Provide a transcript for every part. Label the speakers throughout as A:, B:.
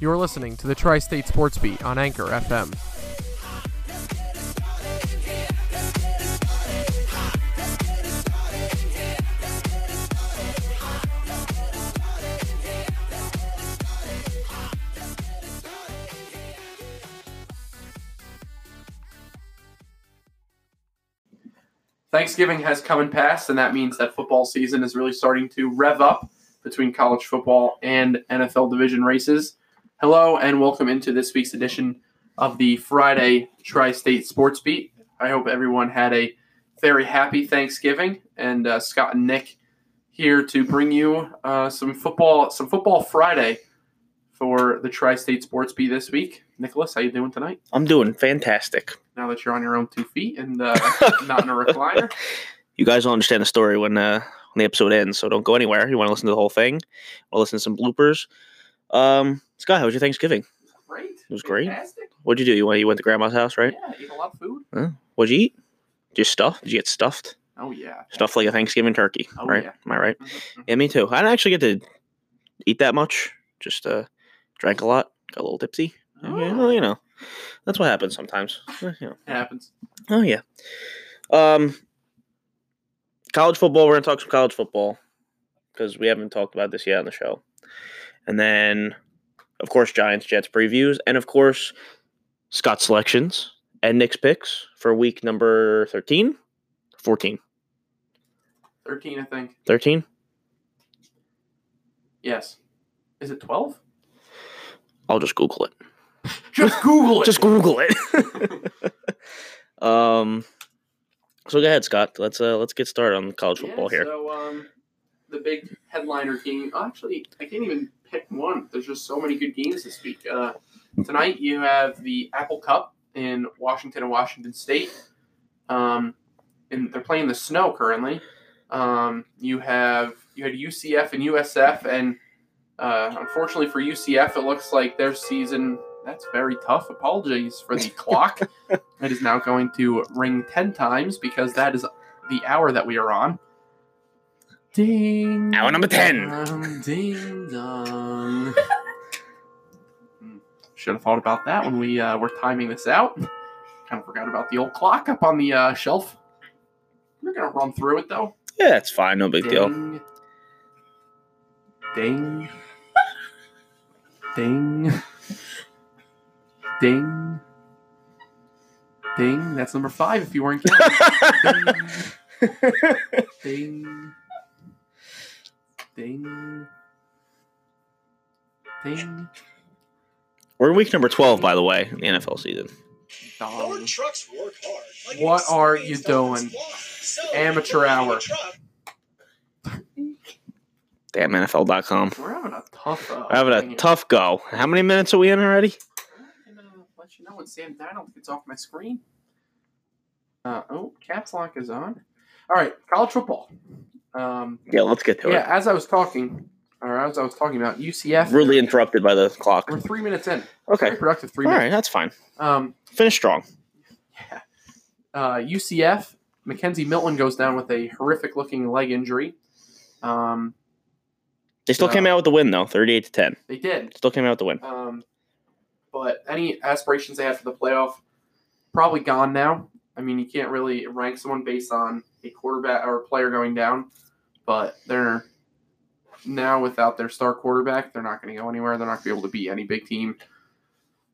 A: You're listening to the Tri State Sports Beat on Anchor FM. Thanksgiving has come and passed, and that means that football season is really starting to rev up between college football and NFL division races. Hello, and welcome into this week's edition of the Friday Tri State Sports Beat. I hope everyone had a very happy Thanksgiving, and uh, Scott and Nick here to bring you uh, some football, some football Friday for the Tri State Sports Beat this week. Nicholas, how you doing tonight?
B: I'm doing fantastic.
A: Now that you're on your own two feet and uh, not in a recliner.
B: You guys will understand the story when uh, when the episode ends, so don't go anywhere. You want to listen to the whole thing. We'll listen to some bloopers. Um, Scott, how was your Thanksgiving?
A: great.
B: It was great.
A: Fantastic.
B: What'd you do? You went, you went to grandma's house, right?
A: Yeah, ate a lot of food.
B: What'd you eat? Did you stuff? Did you get stuffed?
A: Oh yeah.
B: Stuffed like a Thanksgiving turkey,
A: Oh,
B: right?
A: yeah.
B: Am I right?
A: Mhm, mhm.
B: Yeah, me too. I didn't actually get to eat that much. Just uh, drank a lot, got a little tipsy. Yeah, well,
A: Ah.
B: you know, that's what happens sometimes. Eh, you know.
A: It happens.
B: Oh yeah. Um, college football. We're gonna talk some college football because we haven't talked about this yet on the show. And then, of course, Giants Jets previews, and of course, Scott's selections and Nick's picks for week number 13, 14,
A: Thirteen, I think.
B: 13.
A: Yes. Is it twelve?
B: I'll just Google it.
A: Just Google it.
B: Just Google it. um. So go ahead, Scott. Let's uh let's get started on college
A: Yeah,
B: football here.
A: So um, the big headliner game. oh, actually, I can't even pick one. There's just so many good games this week. Uh, tonight you have the Apple Cup in Washington and Washington State. Um, and they're playing the snow currently. Um, you have you had UCF and USF, and uh, unfortunately for UCF, it looks like their season. That's very tough. Apologies for the clock. It is now going to ring ten times because that is the hour that we are on. Ding.
B: Hour number 10.
A: dong, ding dong. Hmm, Should have thought about that when we uh, were timing this out. Kind of forgot about the old clock up on the uh, shelf. We're gonna run through it though.
B: yeah, it's fine. No big deal.
A: Ding. Ding. Ding. Ding. Ding. That's number five if you weren't kidding. Ding. Ding. Ding. Ding.
B: We're in week number 12, by the way, in the NFL season.
A: Dong.
C: Ford trucks work hard. like
A: What
C: an
A: are you
C: experienced
A: doing?
C: office supply. So,
A: Amateur
C: if you need a
A: hour.
C: truck,
B: Damn, NFL.com.
A: We're having a tough. Uh,
B: We're having
A: thing
B: a
A: here.
B: tough go. How many minutes are we in already?
A: I'm gonna let you know when Sam Darnold gets off my screen. Uh, oh, caps lock is on. All right, college football. Um,
B: Yeah, let's get to
A: yeah, as I was talking, or as I was talking about
B: it.
A: UCF,
B: Rudely interrupted by the clock.
A: we're three minutes in.
B: Okay.
A: Very productive three
B: All
A: minutes.
B: right, that's fine.
A: Um,
B: Finish strong.
A: yeah. Uh, UCF, Mackenzie Milton goes down with a horrific looking leg injury. Um,
B: They still
A: Yeah.
B: came out with the win, though 38 to 10.
A: they did.
B: Still came out with the win.
A: Um, but any aspirations they had for the playoff, probably gone now. I mean, you can't really rank someone based on a quarterback or a player going down, but they're now without their star quarterback, they're not going to go anywhere. They're not going to be able to beat any big team.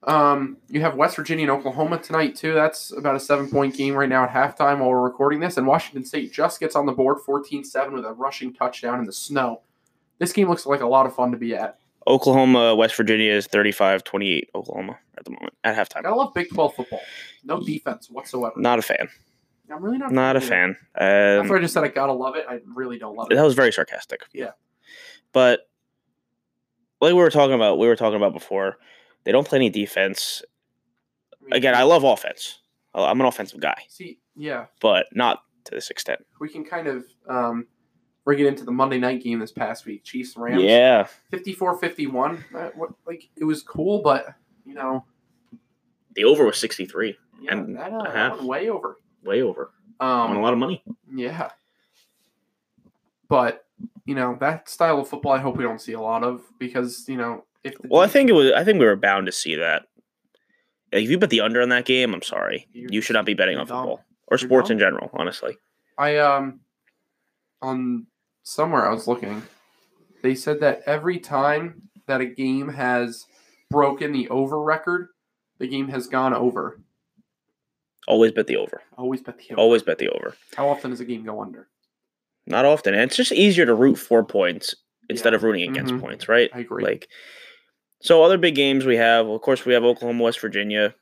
A: Um, you have West Virginia and Oklahoma tonight too. That's about a seven-point game right now at halftime while we're recording this. And Washington State just gets on the board, 14-7 with a rushing touchdown in the snow. This game looks like a lot of fun to be at.
B: Oklahoma, West Virginia is 35 28, Oklahoma at the moment, at halftime.
A: Gotta love Big 12 football. No defense whatsoever.
B: Not a fan.
A: I'm really not.
B: Not a
A: Yeah.
B: fan.
A: That's why
B: Um,
A: I just said I gotta love it. I really don't love it.
B: that was very sarcastic.
A: Yeah.
B: But like we were talking about, we were talking about before, they don't play any defense.
A: I mean,
B: again, I love offense. I- I'm an offensive guy,
A: see. Yeah,
B: but not to this extent.
A: we can kind of um, bring it into the Monday night game this past week. Chiefs Rams.
B: Yeah,
A: 54-51. That- what- Like it was cool, but you know,
B: the over was 63,
A: yeah,
B: And
A: that,
B: a
A: uh, that
B: half.
A: went way over.
B: way over.
A: Um,
B: lot of money.
A: Yeah. But, you know, that style of football I hope we don't see a lot of because, you know, If the
B: Well, I
A: D's-
B: think it was. I think we were bound to see that. Like, if you bet the under on that game, I'm sorry,
A: You're-
B: you should not be betting
A: you're
B: on
A: dumb.
B: football or
A: You're
B: sports in
A: dumb.
B: general. Honestly,
A: I um on somewhere I was looking, they said that every time that a game has broken the over record, the game has gone over.
B: always bet the over.
A: Always bet the over.
B: Always bet the over.
A: How often does a game go under?
B: Not often, and it's just easier to root for points instead
A: Yeah.
B: of rooting against
A: Mhm.
B: points, right?
A: I agree.
B: Like, so other big games we have. Of course, we have Oklahoma, West Virginia.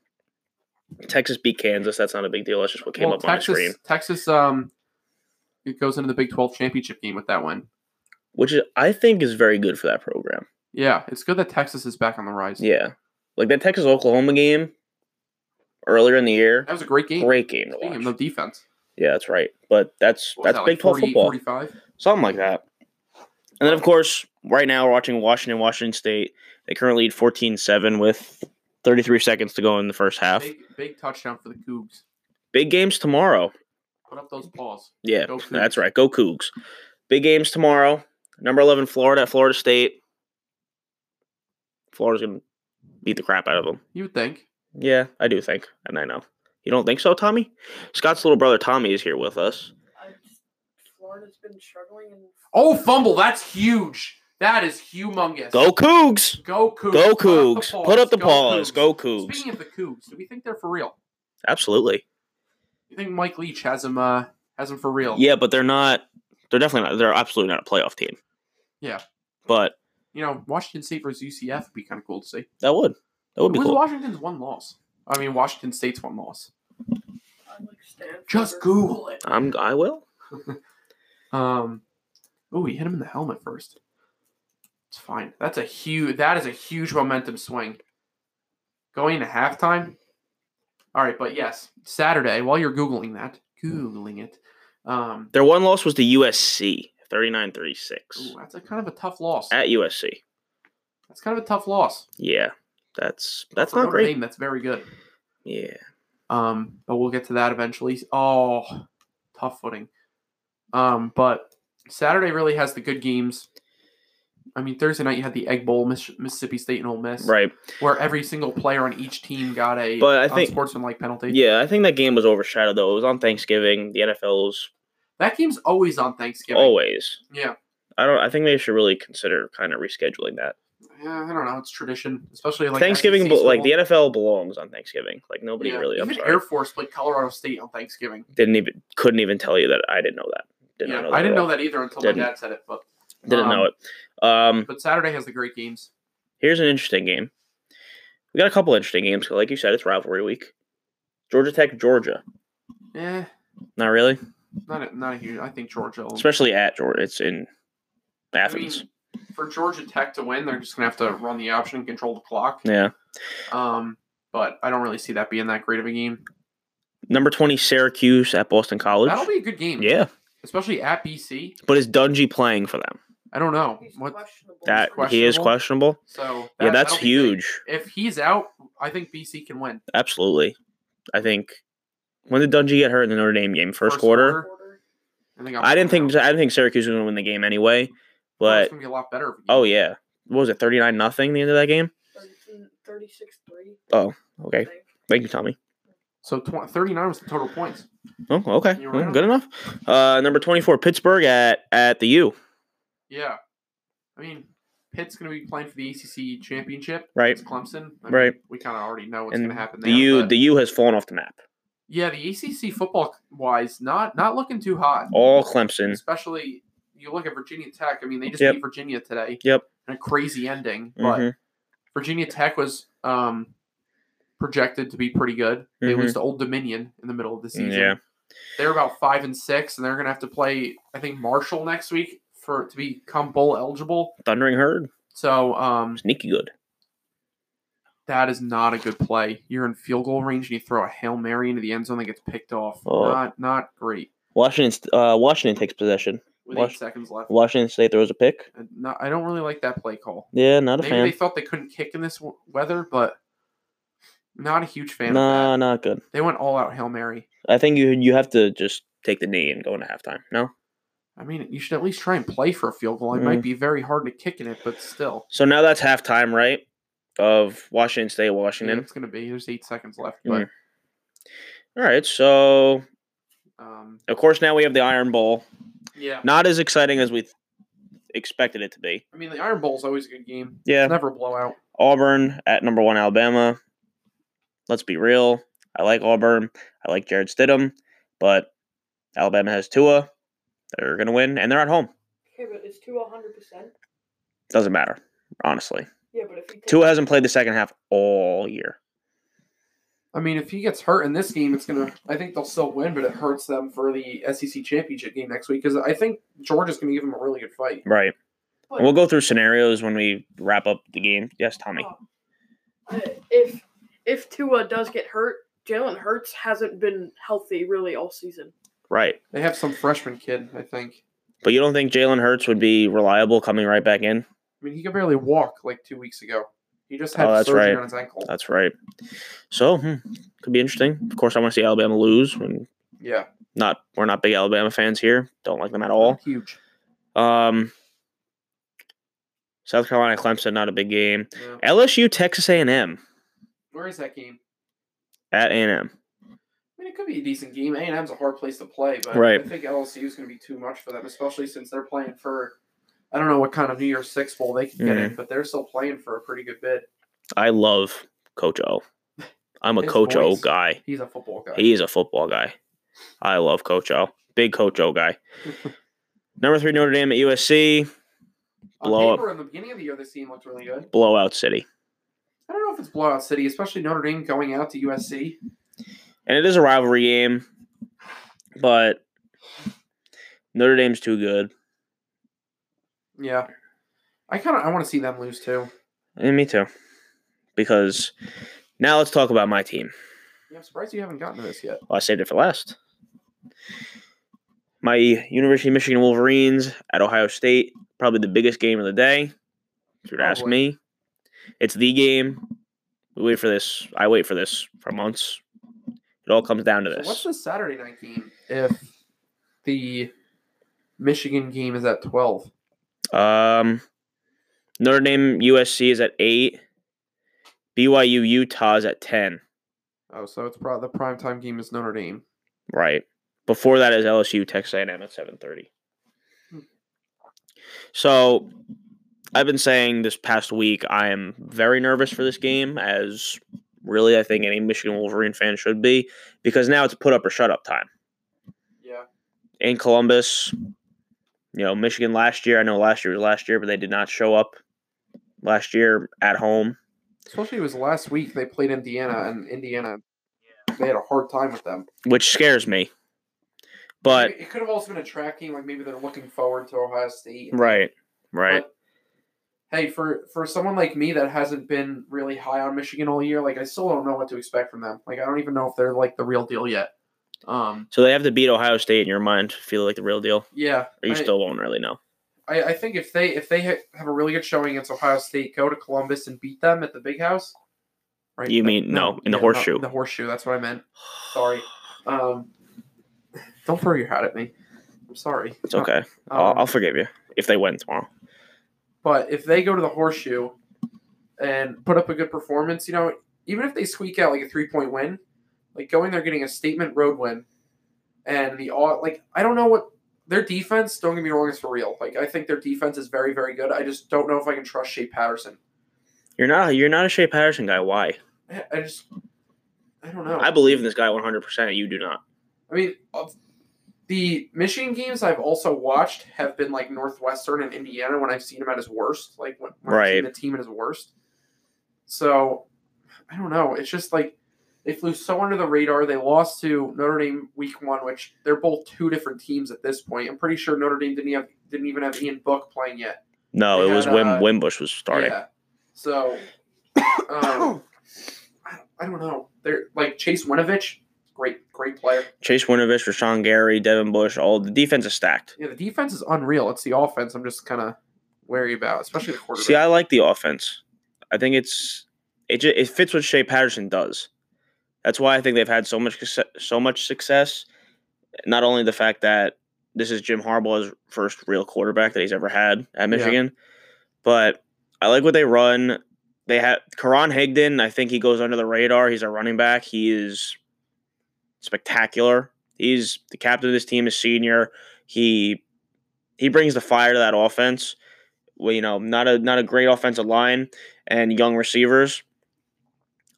B: Texas beat Kansas. That's not a big deal. That's just what came
A: well,
B: up
A: Texas,
B: on the screen.
A: Texas um it goes into the Big 12 championship game with that win.
B: which is, I think is very good for that program.
A: Yeah, it's good that Texas is back on the rise.
B: Yeah, like that Texas Oklahoma game earlier in the year,
A: That was a great game.
B: great game to
A: Speaking of no
B: watch.
A: defense.
B: Yeah, that's right. But that's
A: What was
B: that's
A: that,
B: Big Twelve
A: 40,
B: football,
A: 45?
B: something like that. And then of course, right now we're watching Washington, Washington State. They currently lead 14-7 with 33 seconds to go in the first half.
A: Big, big touchdown for the Cougs.
B: Big games tomorrow.
A: Put up those paws.
B: Yeah,
A: Go Cougs.
B: that's right. Go Cougs. Big games tomorrow. Number 11 Florida at Florida State. Florida's going to beat the crap out of them.
A: You would think.
B: Yeah, I do think, and I know. You don't think so, Tommy? Scott's little brother Tommy is here with us.
D: I just, Florida's been struggling and
A: Oh, fumble. That's huge. That is humongous.
B: Go Cougs!
A: Go Cougs.
B: Go
A: Put up the
B: Cougs! Put up the paws. Go Cougs!
A: Speaking of the Cougs, do we think they're for real?
B: Absolutely.
A: You think Mike Leach has them, uh, has them for real?
B: Yeah, but they're not. They're definitely not. They're absolutely not a playoff team.
A: Yeah.
B: But
A: You know, Washington State versus UCF would be kind of cool to see.
B: that would that would be
A: It was
B: cool.
A: Washington's one loss? I mean, Washington State's one loss.
D: I'm like Stanford.
A: Just Google it.
B: I'm. I will.
A: Um, oh, he hit him in the helmet first. It's fine. That's a huge. That is a huge momentum swing. Going into halftime. All right, but yes, Saturday. While you're googling that, googling it. Um,
B: Their one loss was to USC, 39-36
A: ooh, that's a kind of a tough loss.
B: at USC.
A: That's kind of a tough loss.
B: Yeah, that's that's
A: For
B: not
A: Notre
B: great.
A: Dame, that's very good.
B: Yeah,
A: Um, but we'll get to that eventually. Oh, tough footing. Um, but Saturday really has the good games. I mean, Thursday night you had the Egg Bowl, Miss- Mississippi State and Ole Miss.
B: right.
A: where every single player on each team got a
B: But I think-
A: unsportsmanlike penalty.
B: Yeah, I think that game was overshadowed though. It was on Thanksgiving. The NFL's
A: That game's always on Thanksgiving.
B: always.
A: Yeah.
B: I don't. I think they should really consider kind of rescheduling that.
A: yeah, I don't know. It's tradition, especially like
B: Thanksgiving,
A: SEC
B: but like the
A: football.
B: NFL belongs on Thanksgiving. Like nobody
A: Yeah,
B: really. I'm
A: Even
B: sorry.
A: Air Force played Colorado State on Thanksgiving.
B: didn't even couldn't even tell you that I didn't know that. Did
A: yeah,
B: not know that.
A: I didn't
B: at
A: know
B: all.
A: that either until
B: Didn't.
A: my dad said it. But
B: Didn't know
A: um,
B: it. Um,
A: but Saturday has the great games.
B: here's an interesting game. We got a couple interesting games. 'cause Like you said, it's rivalry week. Georgia Tech, Georgia.
A: Eh,
B: Not really,
A: not a, not a huge. I think Georgia. Will,
B: especially at Georgia. It's in
A: I
B: Athens.
A: mean, for Georgia Tech to win, they're just gonna have to run the option and control the clock.
B: yeah.
A: Um, but I don't really see that being that great of a game.
B: Number twenty, Syracuse at Boston College.
A: That'll be a good game.
B: yeah,
A: especially at BC.
B: but is Dungy playing for them?
A: I don't know
D: He's
A: what.
D: questionable.
B: That he is
A: questionable.
B: questionable.
A: So
B: yeah, that's
A: that'll be big.
B: huge.
A: If he's out, I think BC can win.
B: Absolutely. I think when did Dungy get hurt in the Notre Dame game? First,
A: First
B: quarter.
A: quarter. I think.
B: I didn't think
A: that,
B: I didn't think Syracuse was gonna win the game anyway.
A: it's
B: But
A: gonna be a lot better. if we
B: oh yeah. What was it, thirty nine nothing the end of that game?
D: 36 3.
B: Okay. Thank you, Tommy.
A: So tw- thirty nine was the total points.
B: Oh, okay.
A: You were
B: Well,
A: right.
B: good enough. Uh number twenty four, Pittsburgh at at the U,
A: Yeah, I mean, Pitt's gonna be playing for the ACC championship.
B: right?
A: It's Clemson. I mean,
B: Right.
A: We kind of already know what's
B: And
A: gonna happen
B: the
A: there.
B: U
A: but-
B: the U has fallen off the map.
A: yeah, the ACC football wise, not not looking too hot.
B: All Clemson.
A: Especially you look at Virginia Tech. I mean, they just
B: Yep.
A: beat Virginia today.
B: Yep.
A: And a crazy ending, but.
B: Mhm.
A: Virginia Tech was um, projected to be pretty good. They lose to Old Dominion in the middle of the season.
B: Mm-hmm. Yeah.
A: They're about five and six, and they're gonna have to play, I think, Marshall next week for to become bowl eligible.
B: Thundering herd.
A: So um,
B: Sneaky good.
A: that is not a good play. You're in field goal range and you throw a hail mary into the end zone that gets picked off.
B: Oh.
A: Not not great.
B: Washington uh Washington takes possession.
A: With
B: Wash-
A: eight seconds left,
B: Washington State throws a pick.
A: And not, I don't really like that play call.
B: Yeah, not a
A: Maybe
B: fan.
A: they thought they couldn't kick in this w- weather, but not a huge fan. of
B: Nah,
A: that.
B: not good.
A: They went all out hail mary.
B: I think you you have to just take the knee and go into halftime. No,
A: I I mean, you should at least try and play for a field goal. It
B: Mm.
A: might be very hard to kick in it, but still.
B: So now that's halftime, right? Of Washington State,
A: Yeah,
B: Washington.
A: it's going to be. There's eight seconds left. But Mm-hmm.
B: All right. So, Mm.
A: um,
B: of course, now we have the Iron Bowl.
A: yeah,
B: Not as exciting as we th- expected it to be.
A: I mean, the Iron Bowl is always a good game.
B: Yeah.
A: It's never a blowout.
B: Auburn at number one, Alabama. Let's be real. I like Auburn. I like Jared Stidham, but Alabama has Tua. They're going to win, and they're at home.
D: Okay, but it's two hundred percent.
B: Doesn't matter, honestly.
D: Yeah, but if he takes
B: Tua hasn't played the second half all year.
A: I mean, if he gets hurt in this game, it's gonna. I think they'll still win, but it hurts them for the SEC championship game next week because I think Georgia's gonna give them a really good fight.
B: Right.
D: But-
B: And we'll go through scenarios when we wrap up the game. Yes, Tommy.
D: Oh. Uh, if if Tua does get hurt, Jalen Hurts hasn't been healthy really all season.
B: Right.
A: They have some freshman kid, I think.
B: But you don't think Jalen Hurts would be reliable coming right back in?
A: I mean, he could barely walk like two weeks ago. He just had
B: Oh, that's
A: surgery
B: right.
A: on his ankle.
B: That's right. So, hmm, could be interesting. Of course, I want to see Alabama lose. When
A: yeah,
B: not, we're not big Alabama fans here. Don't like them at all.
A: huge.
B: Um, South Carolina, Clemson, not a big game.
A: Yeah.
B: LSU, Texas A&M
A: Where is that game?
B: at A&M.
A: I mean, it could be a decent game. A and M's a hard place to play, but
B: Right.
A: I think LSU is gonna be too much for them, especially since they're playing for. I don't know what kind of New Year's Six bowl they can get
B: Mm.
A: in, but they're still playing for a pretty good bid.
B: I love Coach O. I'm a
A: His
B: Coach O
A: voice.
B: guy.
A: He's a football guy.
B: He is a football guy. I love Coach O. Big Coach O guy. Number three, Notre Dame at USC. blow
A: On
B: up.
A: paper, in the beginning of the year, this team looked really good.
B: Blowout city.
A: I don't know if it's blowout city, especially Notre Dame going out to USC.
B: And it is a rivalry game, but Notre Dame's too good.
A: Yeah, I kind of I want to see them lose too.
B: And me too. Because now let's talk about my team.
A: Yeah, I'm surprised you haven't gotten to this yet.
B: Well, I saved it for last. My University of Michigan Wolverines at Ohio State, probably the biggest game of the day. If you were to ask
A: Probably.
B: me, it's the game. We wait for this. I wait for this for months. It all comes down to
A: So
B: this.
A: what's the Saturday night game if the Michigan game is at twelve?
B: Um, Notre Dame USC is at eight. BYU Utah is at ten.
A: Oh, so it's probably the primetime game is Notre Dame.
B: Right. Before that is LSU Texas A&M at 7:30.
A: Hmm.
B: So, I've been saying this past week I am very nervous for this game as really I think any Michigan Wolverine fan should be because now it's put up or shut up time.
A: Yeah,
B: In Columbus, you know, Michigan last year, I know last year was last year, but they did not show up last year at home.
A: especially it was last week they played Indiana and Indiana. They had a hard time with them.
B: which scares me. But
A: it it could have also been a trap game, like maybe they're looking forward to Ohio State.
B: right, right,
A: hey, for for someone like me that hasn't been really high on Michigan all year, like I still don't know what to expect from them. Like I don't even know if they're like the real deal yet. Um,
B: so they have to beat Ohio State in your mind. to Feel like the real deal,
A: yeah,
B: or you
A: I,
B: still won't really know.
A: I, I think if they if they ha- have a really good showing against Ohio State, go to Columbus and beat them at the Big House. Right?
B: You
A: No,
B: mean- no, in the
A: yeah,
B: horseshoe.
A: the horseshoe. That's what I meant. Sorry. Um, don't throw your hat at me. I'm sorry.
B: It's okay.
A: Um,
B: I'll, I'll forgive you if they win tomorrow.
A: But if they go to the horseshoe and put up a good performance, you know, even if they squeak out like a three point win, like going there getting a statement road win, and the all like I don't know what their defense. Don't get me wrong, is for real. Like I think their defense is very very good. I just don't know if I can trust Shea Patterson.
B: You're not. You're not a Shea Patterson guy. Why?
A: I, I just I don't know.
B: I
A: I,
B: believe in this guy 100. percent You do not.
A: mean. Of, the Michigan games I've also watched have been like Northwestern and Indiana when I've seen him at his worst, like when, when I've seen
B: Right.
A: the team at his worst. So I don't know. It's just like they flew so under the radar. They lost to Notre Dame week one, which they're both two different teams at this point. I'm pretty sure Notre Dame didn't have didn't even have Ian Book playing yet.
B: No,
A: They
B: it was
A: had,
B: Wim
A: uh,
B: Wimbush was starting.
A: Yeah. So um, I, I don't know. They're like Chase Winovich, great, great player.
B: Chase Winovich, Rashawn Gary, Devin Bush. All the defense is stacked.
A: Yeah, the defense is unreal. It's the offense I'm just kinda wary about, especially the quarterback.
B: See, I like the offense. I think it's it ju- it fits what Shea Patterson does. That's why I think they've had so much succe- so much success. Not only the fact that this is Jim Harbaugh's first real quarterback that he's ever had at
A: Yeah.
B: Michigan. But I like what they run. They have Karan Higdon. I think he goes under the radar. He's a running back. He is spectacular. He's the captain of this team. Is senior. He he brings the fire to that offense. Well, you know, not a not a great offensive line and young receivers.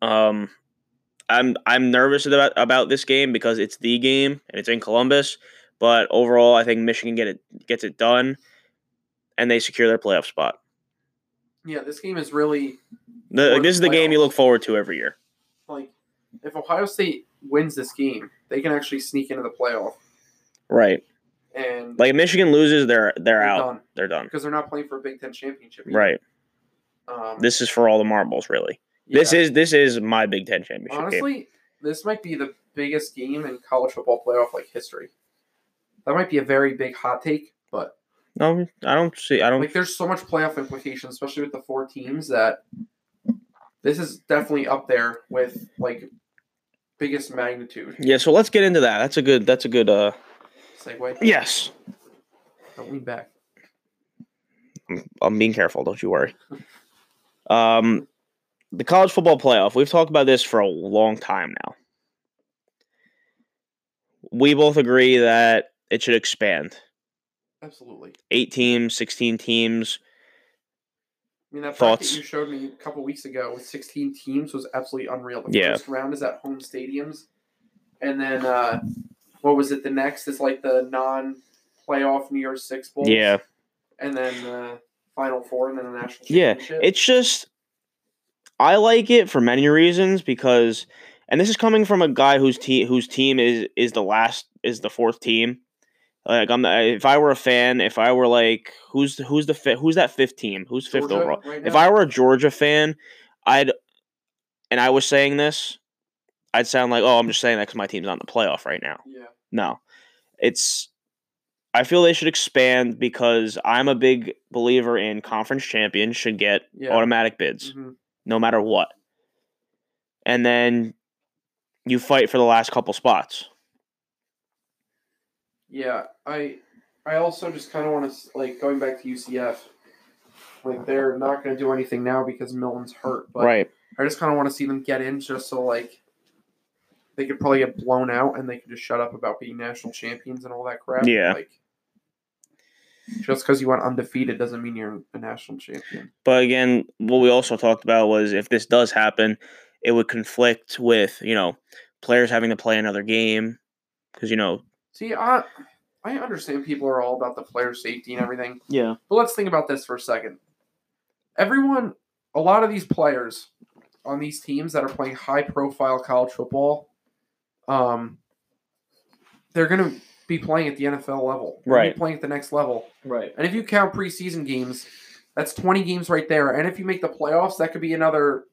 B: Um, I'm I'm nervous about about this game because it's the game and it's in Columbus. But overall, I think Michigan get it gets it done, and they secure their playoff spot.
A: Yeah, this game is really
B: The,
A: Or
B: like, this is the game you
A: playoffs.
B: look forward to every year.
A: like if Ohio State wins this game, they can actually sneak into the playoff.
B: Right.
A: And
B: Like if Michigan loses, they're they're
A: they're
B: out.
A: done.
B: They're done.
A: because they're not playing for a Big Ten championship. either.
B: Right.
A: Um,
B: This is for all the marbles, really. This
A: yeah.
B: is this is my Big Ten championship game.
A: honestly, this might be the biggest game in college football playoff like history. That might be a very big hot take, but
B: No, I don't see. I don't.
A: like, there's so much playoff implications, especially with the four teams that this is definitely up there with like biggest magnitude
B: Yeah. So let's get into that. That's a good. That's a good. Uh.
A: segue.
B: Yes.
A: Don't lean back.
B: I'm being careful. Don't you worry. Um, the college football playoff. We've talked about this for a long time now. We both agree that it should expand.
A: Absolutely. I
B: Eight teams, sixteen teams.
A: mean, that
B: Thoughts?
A: bracket you showed me a couple weeks ago with 16 teams was absolutely unreal. The
B: Yeah.
A: first round is at home stadiums, and then uh, what was it? The next is like the non-playoff New Year's Six Bowl.
B: Yeah.
A: and then uh, Final Four, and then the national
B: Yeah,
A: championship.
B: It's just I like it for many reasons because and this is coming from a guy whose team whose team is is the last is the fourth team. Like I'm if I were a fan, if I were like who's who's the fi- who's that fifth team? Who's fifth
A: Georgia
B: overall?
A: right
B: If
A: now.
B: I were a Georgia fan, I'd and I was saying this, I'd sound like, "Oh, I'm just saying that cuz my team's not in the playoff right now."
A: yeah,
B: No. It's I feel they should expand because I'm a big believer in conference champions should get
A: yeah,
B: automatic bids
A: mhm,
B: no matter what. And then you fight for the last couple spots.
A: yeah. I I also just kind of want to like going back to UCF. Like they're not going to do anything now because Millen's hurt, but
B: right.
A: I just kind of want to see them get in just so like they could probably get blown out and they could just shut up about being national champions and all that crap.
B: Yeah.
A: Like just because you went undefeated doesn't mean you're a national champion.
B: But again, what we also talked about was if this does happen, it would conflict with, you know, players having to play another game because you know,
A: See, I I understand people are all about the player safety and everything,
B: yeah.
A: but let's think about this for a second. Everyone, a lot of these players on these teams that are playing high profile college football, um, they're gonna be playing at the NFL level, They're gonna be
B: Right.
A: playing at the next level.
B: Right.
A: And if you count preseason games, that's 20 games right there. And if you make the playoffs, that could be another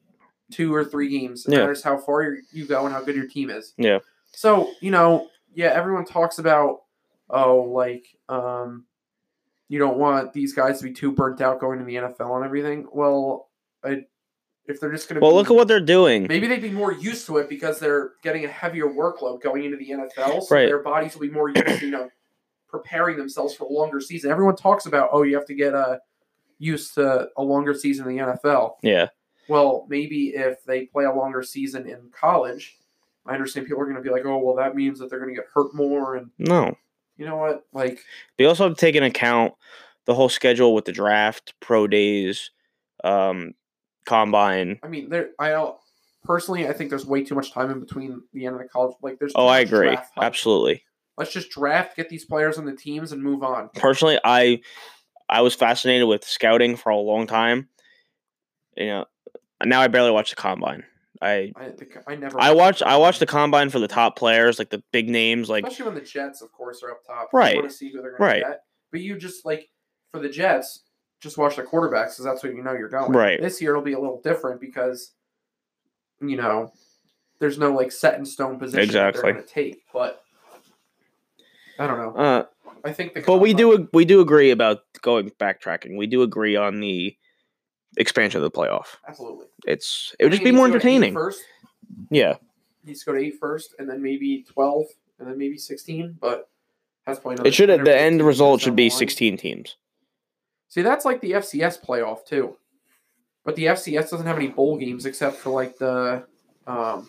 A: two or three games. It
B: Yeah.
A: matters how far you- you go and how good your team is.
B: Yeah.
A: So, you know, yeah, everyone talks about, oh, like, um, you don't want these guys to be too burnt out going to the NFL and everything. Well, I, if they're just going to
B: Well, look at what they're doing.
A: Maybe they'd be more used to it because they're getting a heavier workload going into the NFL, so
B: Right.
A: their bodies will be more used to you know preparing themselves for a longer season. Everyone talks about oh, you have to get uh, used to a longer season in the NFL.
B: Yeah.
A: Well, maybe if they play a longer season in college, I understand people are going to be like, oh, well, that means that they're going to get hurt more, and
B: No.
A: you know what, like
B: They also have to take into account the whole schedule with the draft, pro days, um, combine.
A: I mean, there I don't. Personally, I think there's way too much time in between the end of the college. Like, there's
B: Oh,
A: too
B: I
A: much
B: agree.
A: draft hype.
B: Absolutely.
A: Let's just draft, get these players on the teams, and move on.
B: personally i i was fascinated with scouting for a long time you know now i barely watch the combine i
A: I, the, co- I never.
B: i
A: watched
B: watch i watch the
A: combine.
B: combine for the top players like the big names like
A: especially when the Jets, of course, are up top.
B: Right.
A: You want to see who they're going
B: Right.
A: to get. But you just like for the Jets, just watch the quarterbacks because that's what you know you're going.
B: Right.
A: This year it'll be a little different because you know there's no like set in stone position that
B: Exactly.
A: they're going to take. But I don't know.
B: uh,
A: I think the
B: but we
A: combine-
B: do ag- we do agree about going backtracking we do agree on the expansion of the playoff
A: absolutely.
B: it's it would
A: I
B: just
A: think
B: be
A: it
B: more
A: needs to go to eight
B: entertaining
A: First,
B: yeah
A: needs to go to eight first, and then maybe twelve, and then maybe sixteen. But Has probably another
B: It should
A: 10 or
B: the end
A: 15
B: result
A: teams
B: should
A: down
B: be
A: the line.
B: 16 teams.
A: See, that's like the FCS playoff too, but the FCS doesn't have any bowl games except for like the, um,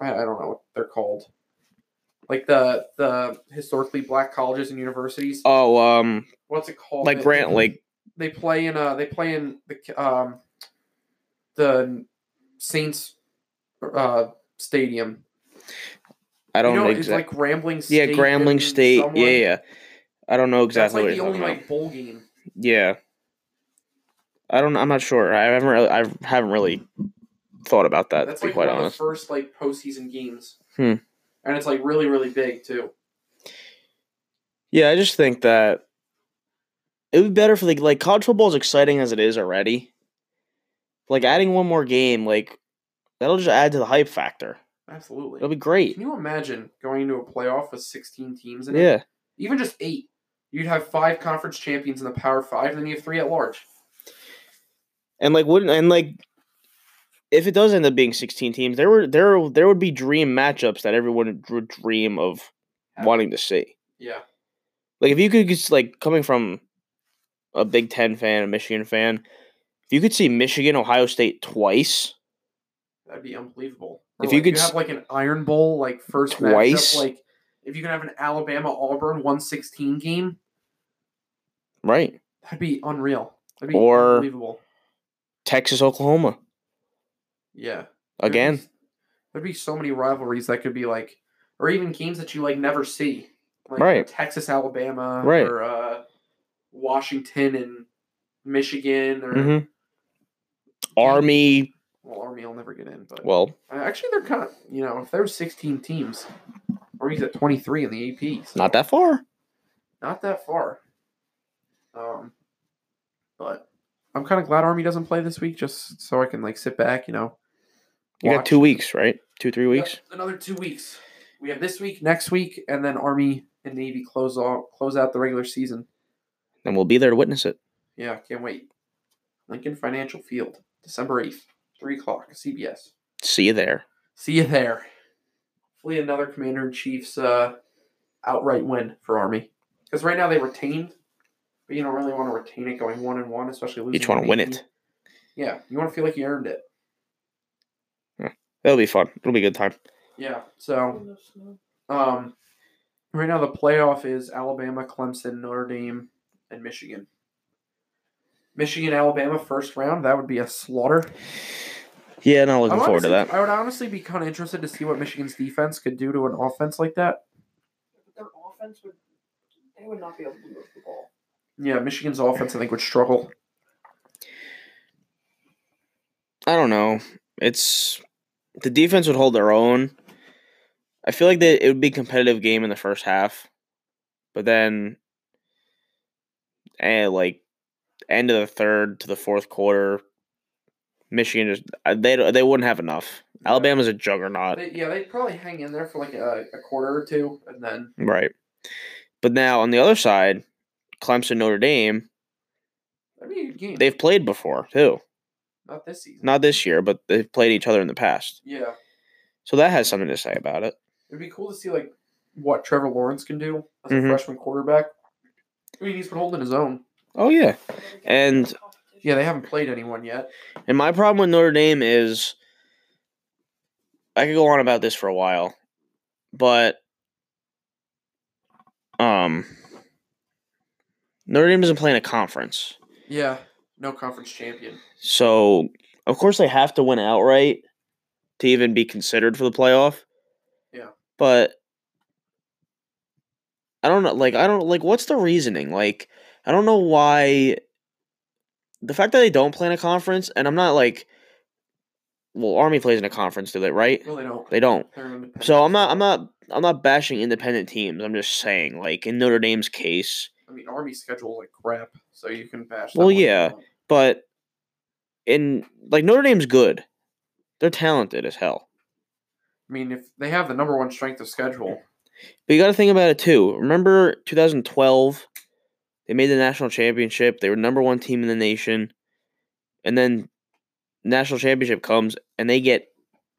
A: I, I don't know what they're called, like the the historically black colleges and universities.
B: Oh, um,
A: What's it called?
B: like
A: They-
B: Grant Lake.
A: They play in uh they play in the um the Saints uh stadium.
B: I don't
A: you know, it's
B: exactly.
A: like Grambling
B: yeah,
A: State.
B: Grambling
A: and
B: State. Yeah,
A: somewhere.
B: yeah. I don't know exactly
A: That's
B: what
A: like the
B: you're
A: only
B: talking about.
A: like bowl game.
B: Yeah. I don't. I'm not sure. I haven't really. I haven't really thought about that.
A: That's
B: to be
A: like
B: quite
A: one
B: honest.
A: of the first like postseason games.
B: Hmm.
A: And it's like really, really big too.
B: Yeah, I just think that it would be better for the like college football is exciting as it is already. Like adding one more game, like that'll just add to the hype factor.
A: Absolutely.
B: It'll be great.
A: Can you imagine going into a playoff with sixteen teams in it?
B: Yeah,
A: Even just eight. You'd have five conference champions in the power five, and then you have three at large.
B: and like wouldn't and like if it does end up being sixteen teams, there were there there would be dream matchups that everyone would dream of wanting to see.
A: Yeah.
B: Like if you could just like coming from a Big Ten fan, a Michigan fan, if you could see Michigan, Ohio State twice.
A: That'd be unbelievable.
B: If you
A: like,
B: could s-
A: have like an Iron Bowl, like first matchup,
B: Twice?
A: like if you can have an Alabama Auburn one sixteen game,
B: Right.
A: that'd be unreal. That'd be
B: Or-
A: unbelievable.
B: Texas, Oklahoma.
A: Yeah. There'd be
B: Again.
A: s- There'd be so many rivalries that could be like, or even games that you like never see, like
B: Right.
A: Texas, Alabama,
B: Right.
A: or uh, Washington and Michigan, or
B: Mm-hmm. Army.
A: well, Army will never get in, but
B: Well,
A: uh, actually they're kind of you know if there's 16 teams, Army's at 23 in the AP, so
B: not that far.
A: not that far. Um, but I'm kind of glad Army doesn't play this week, just so I can like sit back, you know.
B: You got
A: watch.
B: two weeks, right? Two, three weeks.
A: Yep, another two weeks. We have this week, next week, and then Army and Navy close all close out the regular season.
B: And we'll be there to witness it.
A: Yeah, can't wait. Lincoln Financial Field, December eighth, three o'clock, CBS.
B: See you there.
A: See you there. Hopefully, another Commander in Chief's uh, outright win for Army. Because right now they retained, but you don't really want to retain it going one and one, especially losing.
B: You just want to win
A: AP.
B: it.
A: Yeah, you want to feel like you earned it.
B: It'll be fun. It'll be a good time.
A: Yeah. So Um, right now the playoff is Alabama, Clemson, Notre Dame, and Michigan. Michigan, Alabama, first round. That would be a slaughter.
B: Yeah, and I'm looking
A: I'm
B: forward to
A: honestly-
B: that.
A: I would honestly be kind of interested to see what Michigan's defense could do to an offense like that.
D: Their offense would they would not be able to move the ball.
A: Yeah, Michigan's offense I think would struggle.
B: I don't know. It's the defense would hold their own. I feel like that it would be a competitive game in the first half, but then, eh, like end of the third to the fourth quarter, Michigan just uh, they don't- they wouldn't have enough.
A: Yeah.
B: Alabama's a juggernaut,
A: They, yeah, they'd probably hang in there for like a, a quarter or two, and then
B: right? But now on the other side, Clemson Notre Dame
A: that'd be a good game.
B: they've played before too,
A: Not this season.
B: not this year, but they've played each other in the past,
A: yeah,
B: so that has something to say about it.
A: it'd be cool to see like what Trevor Lawrence can do as a
B: Mhm.
A: freshman quarterback. I mean, he's been holding his own.
B: Oh yeah. And-
A: Yeah, they haven't played anyone yet.
B: And my problem with Notre Dame is I could go on about this for a while, but um Notre Dame isn't playing a conference.
A: Yeah, no conference champion.
B: So of course they have to win outright to even be considered for the playoff.
A: Yeah.
B: But I don't know like I don't like what's the reasoning? Like I don't know why the fact that they don't play in a conference and I'm not like well Army plays in a conference do they right?
A: Well, they don't.
B: They don't.
A: They're independent.
B: So I'm not I'm not I'm not bashing independent teams. I'm just saying like in Notre Dame's case,
A: I mean, Army schedule like crap, so you can bash.
B: Well,
A: one if you
B: yeah.
A: want.
B: but in like Notre Dame's good. They're talented as hell.
A: I mean, if they have the number one strength of schedule,
B: But you got to think about it too. Remember 2012? They made the national championship. They were number one team in the nation, and then national championship comes and they get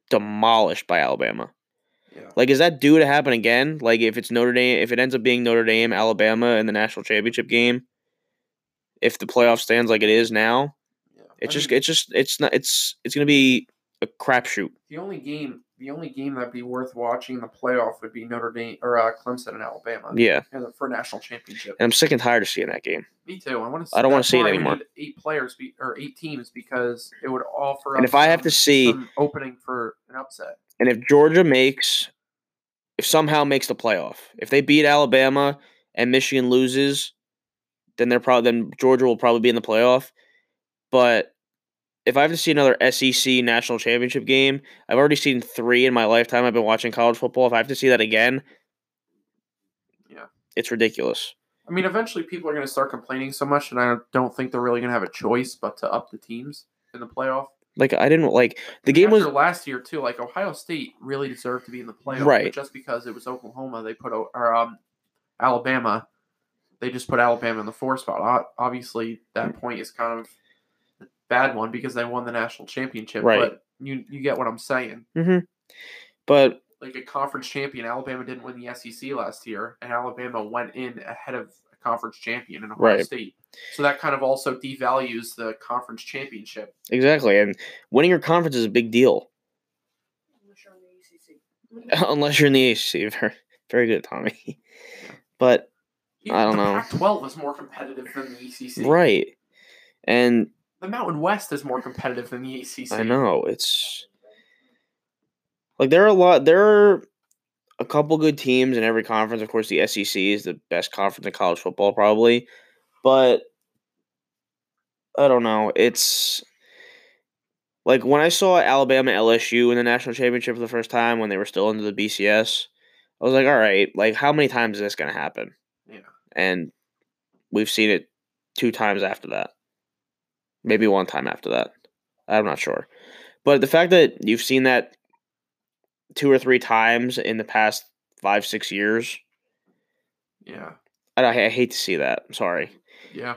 B: demolished by Alabama.
A: Yeah.
B: Like, is that due to happen again? Like, if it's Notre Dame, if it ends up being Notre Dame, Alabama in the national championship game, if the playoff stands like it is now,
A: Yeah.
B: it's
A: I
B: just,
A: mean,
B: it's just, it's not, it's, it's gonna be a crapshoot.
A: the only game. The only game that'd be worth watching in the playoff would be Notre Dame or uh, Clemson and Alabama
B: Yeah,
A: and the- for a national championship.
B: and I'm sick and tired of seeing that game.
A: Me too. I want to.
B: I don't wanna see it anymore.
A: Eight players be, or eight teams because it would offer.
B: And
A: up
B: if I have
A: some-
B: to see,
A: some opening for an upset.
B: and if Georgia makes, if somehow makes the playoff, if they beat Alabama and Michigan loses, then they're probably then Georgia will probably be in the playoff. But if I have to see another SEC national championship game, I've already seen three in my lifetime. I've been watching college football. If I have to see that again,
A: Yeah.
B: it's ridiculous.
A: I mean, eventually people are going to start complaining so much, and I don't think they're really going to have a choice but to up the teams in the playoff.
B: Like I didn't like the game was
A: After last year too. Like Ohio State really deserved to be in the playoff, but
B: Right.
A: Just because it was Oklahoma, they put O- or um, Alabama, they just put Alabama in the four spot. O- Obviously, that point is kind of a bad one because they won the national championship.
B: Right.
A: But you you get what I'm saying.
B: but
A: Like a conference champion, Alabama didn't win the SEC last year, and Alabama went in ahead of a conference champion in Ohio
B: Right.
A: State. So that kind of also devalues the conference championship.
B: exactly and winning your conference is a big deal unless you're in the ACC. Very, very good, Tommy. But
A: Even
B: I don't
A: the
B: know.
A: Pac-12 is more competitive than the ECC.
B: Right. And
A: The Mountain West is more competitive than the E ACC.
B: I know it's like there are a lot there are a couple good teams in every conference. Of course, the SEC is the best conference in college football probably, but I don't know. It's like when I saw Alabama LSU in the national championship for the first time when they were still under the BCS, I was like, "All right, like how many times is this going to happen?"
A: Yeah.
B: And we've seen it two times after that. Maybe one time after that. I'm not sure. But the fact that you've seen that two or three times in the past five, six years,
A: Yeah,
B: I, I hate to see that. I'm sorry.
A: yeah.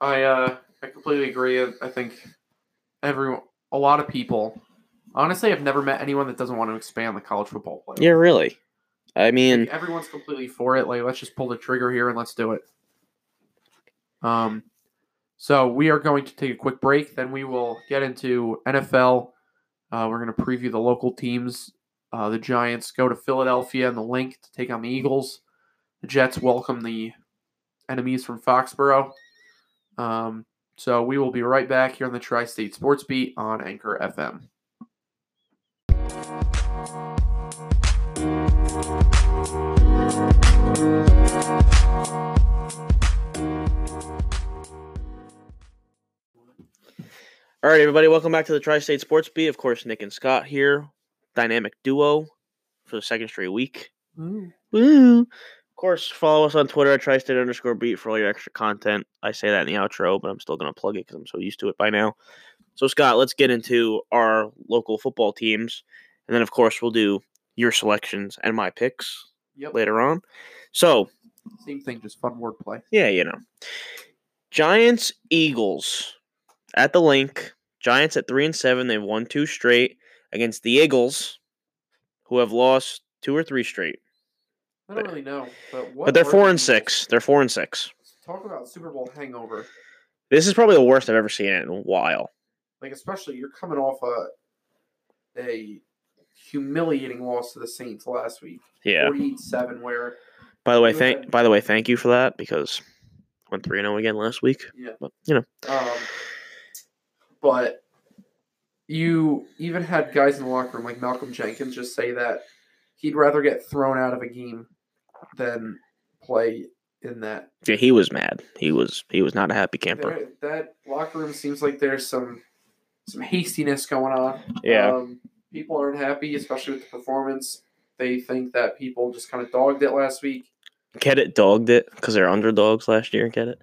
A: I uh, I completely agree. I I think every a lot of people, honestly, I've never met anyone that doesn't want to expand the college football playoff.
B: Yeah, really. I mean,
A: Like, everyone's completely for it. Like, let's just pull the trigger here and let's do it. Um, so we are going to take a quick break. Then we will get into NFL. Uh, we're going to preview the local teams. Uh, the Giants go to Philadelphia and the link to take on the Eagles. The Jets welcome the enemies from Foxborough. Um, so we will be right back here on the Tri State Sports Beat on Anchor FM.
B: all right, everybody, welcome back to the Tri State Sports Beat. Of course, Nick and Scott here, dynamic duo for the second straight week. Woo! Of course, follow us on Twitter at tri-state underscore beat for all your extra content. I say that in the outro, but I'm still going to plug it because I'm so used to it by now. So, Scott, let's get into our local football teams. And then, of course, we'll do your selections and my picks
A: Yep.
B: later on. So,
A: Same thing, just fun wordplay.
B: yeah, you know. Giants, Eagles at the link. Giants at three and seven. They've won two straight against the Eagles, who have lost two or three straight.
A: I don't
B: But-
A: really know, but what
B: But they're
A: were
B: four
A: the
B: and
A: Eagles?
B: six. They're four and six.
A: Talk about Super Bowl hangover.
B: This is probably the worst I've ever seen it in a while.
A: Like especially you're coming off a a humiliating loss to the Saints last week.
B: Yeah.
A: 48-7 where
B: By the way,
A: Good.
B: thank by the way, thank you for that because went three and zero again last week.
A: Yeah.
B: But you know,
A: um but you even had guys in the locker room like Malcolm Jenkins just say that he'd rather get thrown out of a game than play in that
B: yeah, he was mad. He was he was not a happy camper.
A: There- that locker room seems like there's some some hastiness going on.
B: Yeah.
A: Um, people aren't happy, especially with the performance. They think that people just kind of dogged it last week.
B: Get it dogged it because they're underdogs last year. Get it?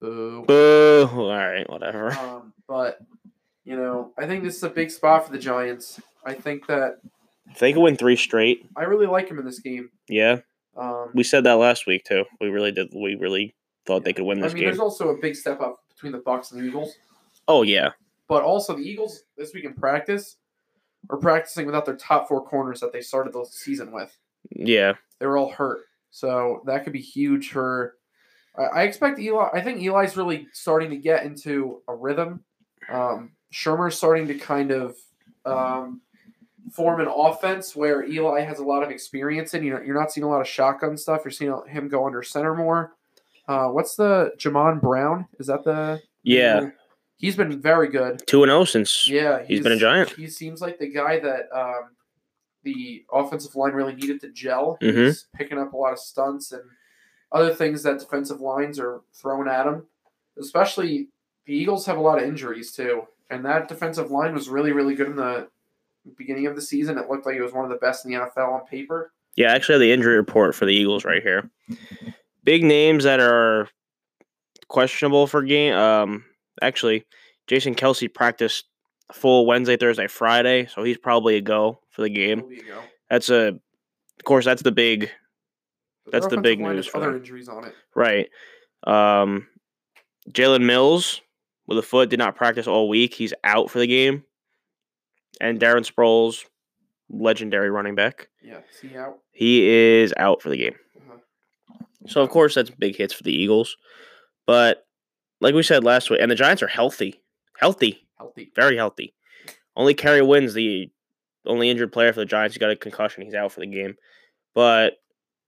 A: Boo.
B: Boo! All right, whatever.
A: Um, but you know, I think this is a big spot for the Giants. I think that
B: If they could win three straight,
A: I really like him in this game.
B: yeah,
A: Um,
B: we said that last week too. We really did. We really thought they could win
A: I
B: this
A: mean, there's
B: game.
A: also a big step up between the Bucks and the Eagles,
B: Oh yeah,
A: but also the Eagles this week in practice are practicing without their top four corners that they started the season with.
B: Yeah.
A: They were all hurt, so that could be huge for. I I expect Eli. I think Eli's really starting to get into a rhythm. Um, Shermer's starting to kind of um, form an offense where Eli has a lot of experience in. You know, you're not seeing a lot of shotgun stuff. You're seeing him go under center more. Uh, what's the Jamon Brown? Is that the
B: Yeah.
A: He's been very good.
B: 2 and 0 since
A: Yeah,
B: he's been a giant.
A: He seems like the guy that um, the offensive line really needed to gel.
B: Mhm.
A: He's picking up a lot of stunts and other things that defensive lines are throwing at him. Especially the Eagles have a lot of injuries too, and that defensive line was really, really good in the beginning of the season. It looked like it was one of the best in the NFL on paper.
B: Yeah, I actually have the injury report for the Eagles right here. Big names that are questionable for game. Um, actually, Jason Kelsey practiced full Wednesday, Thursday, Friday, so he's probably a go for the game.
A: There you go.
B: That's a, of course, that's the big
A: But
B: That's
A: their
B: the big
A: offensive line
B: news
A: has
B: for
A: Other
B: them.
A: injuries on it.
B: right. Um, Jalen Mills with a foot did not practice all week. He's out for the game, and Darren Sproles, legendary running back,
A: Yeah. See out.
B: he is out for the game.
A: Uh-huh.
B: So of course that's big hits for the Eagles. But like we said last week, and the Giants are healthy. Healthy.
A: Healthy.
B: Very healthy. Only Kerry wins the only injured player for the Giants. He got a concussion. He's out for the game. But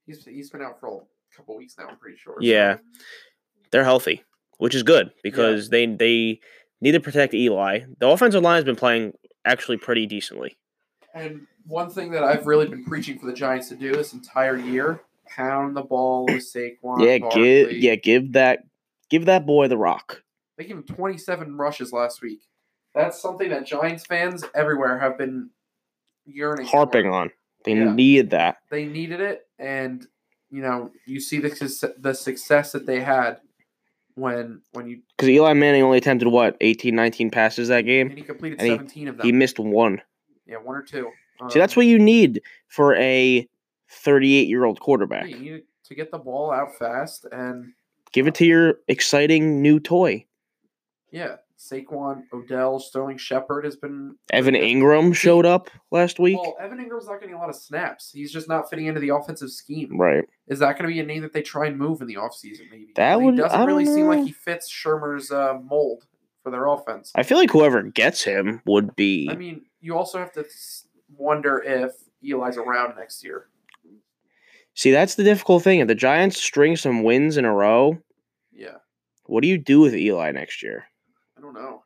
A: He's he's been out for a couple weeks now. I'm pretty sure. so-
B: yeah, they're healthy, which is good because they they need to protect Eli. The offensive line has been playing actually pretty decently.
A: And one thing that I've really been preaching for the Giants to do this entire year: pound the ball with Saquon. Barkley.
B: give that give that boy the rock.
A: They gave him 27 rushes last week. That's something that Giants fans everywhere have been yearning. for.
B: Harping on. They
A: Yeah.
B: need that.
A: They needed it, and you know you see the suc- the success that they had when when you
B: Because Eli Manning only attempted what, 18, 19 passes that game?
A: and he completed
B: And he-
A: 17 of them.
B: He missed one.
A: yeah, one or two.
B: See, that's
A: Um,
B: what you need for a 38 year old quarterback.
A: yeah, you need to get the ball out fast and.
B: Give it to your exciting new toy.
A: Yeah, Saquon, Odell, Sterling Shepard has been.
B: Evan Ingram showed up last week.
A: Well, Evan Ingram's not getting a lot of snaps. He's just not fitting into the offensive scheme.
B: Right.
A: Is that going to be a name that they try and move in the offseason, maybe?
B: That
A: He
B: would-
A: doesn't
B: I don't
A: really seem like
B: know.
A: he fits Shermer's uh, mold for their offense.
B: I feel like whoever gets him would be.
A: I mean, you also have to s- wonder if Eli's around next year.
B: See, that's the difficult thing. If the Giants string some wins in a row,
A: Yeah,
B: what do you do with Eli next year?
A: I don't know.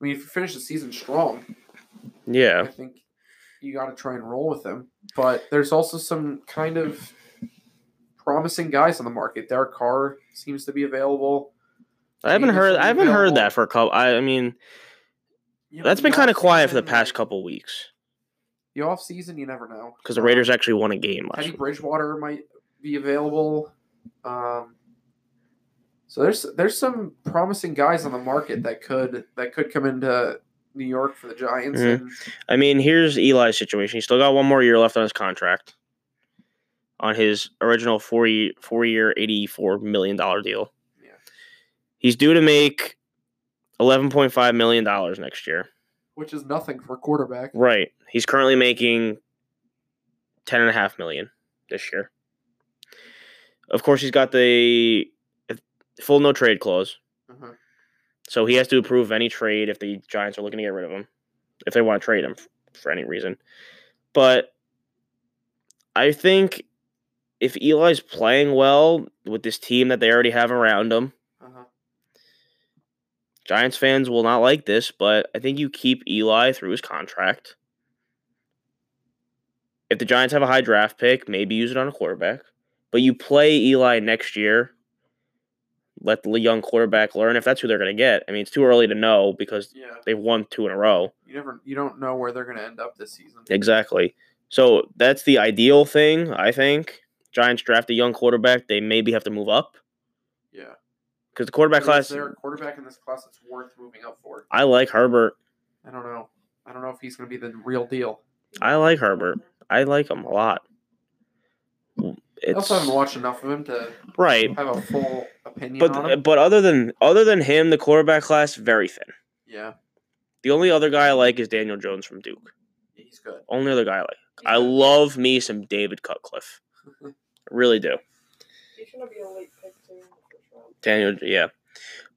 A: I mean, if you finish the season strong,
B: Yeah.
A: I think you got to try and roll with them. But there's also some kind of promising guys on the market. Derek Carr seems to be available.
B: I haven't
A: Maybe
B: heard
A: somebody
B: I haven't heard
A: available.
B: that for a couple I, I mean,
A: You know,
B: that's been
A: the
B: kind of quiet for the
A: offseason,
B: past
A: like,
B: couple weeks
A: The off season, you never know. Um,
B: cuz the Raiders actually won a game last
A: Teddy
B: week.
A: Bridgewater might be available. Um, so there's there's some promising guys on the market that could that could come into New York for the Giants.
B: Mhm.
A: And
B: I mean, here's Eli's situation. He's still got one more year left on his contract, on his original four year, four year, eighty four million dollar deal.
A: Yeah.
B: He's due to make eleven point five million dollars next year.
A: which is nothing for a quarterback.
B: Right. He's currently making ten and a half million this year. Of course, he's got the full no trade clause,
A: Uh-huh.
B: so he has to approve any trade if the Giants are looking to get rid of him, if they want to trade him f- for any reason. But I think if Eli's playing well with this team that they already have around him,
A: Uh-huh.
B: Giants fans will not like this, but I think you keep Eli through his contract. If the Giants have a high draft pick, maybe use it on a quarterback. But you play Eli next year. Let the young quarterback learn if that's who they're going to get. I mean, it's too early to know because
A: Yeah,
B: they've won two in a row.
A: you never you don't know where they're going to end up this season.
B: Exactly. So that's the ideal thing, I think. Giants draft a young quarterback. They maybe have to move up
A: Yeah.
B: because the quarterback
A: Is
B: class.
A: there a quarterback in this class that's worth moving up for?
B: I like Herbert.
A: I don't know. I don't know if he's going to be the real deal.
B: I like Herbert. I like him a lot.
A: I
B: It's
A: also haven't watched enough of him to
B: right,
A: have a full opinion on him.
B: but uh, but other than other than him, the quarterback class very thin.
A: yeah,
B: The only other guy I like is Daniel Jones from Duke.
A: he's good.
B: Only other guy I like. I love me some David Cutcliffe. I really do.
D: He's gonna be a late pick too. in the first round.
B: Daniel, yeah.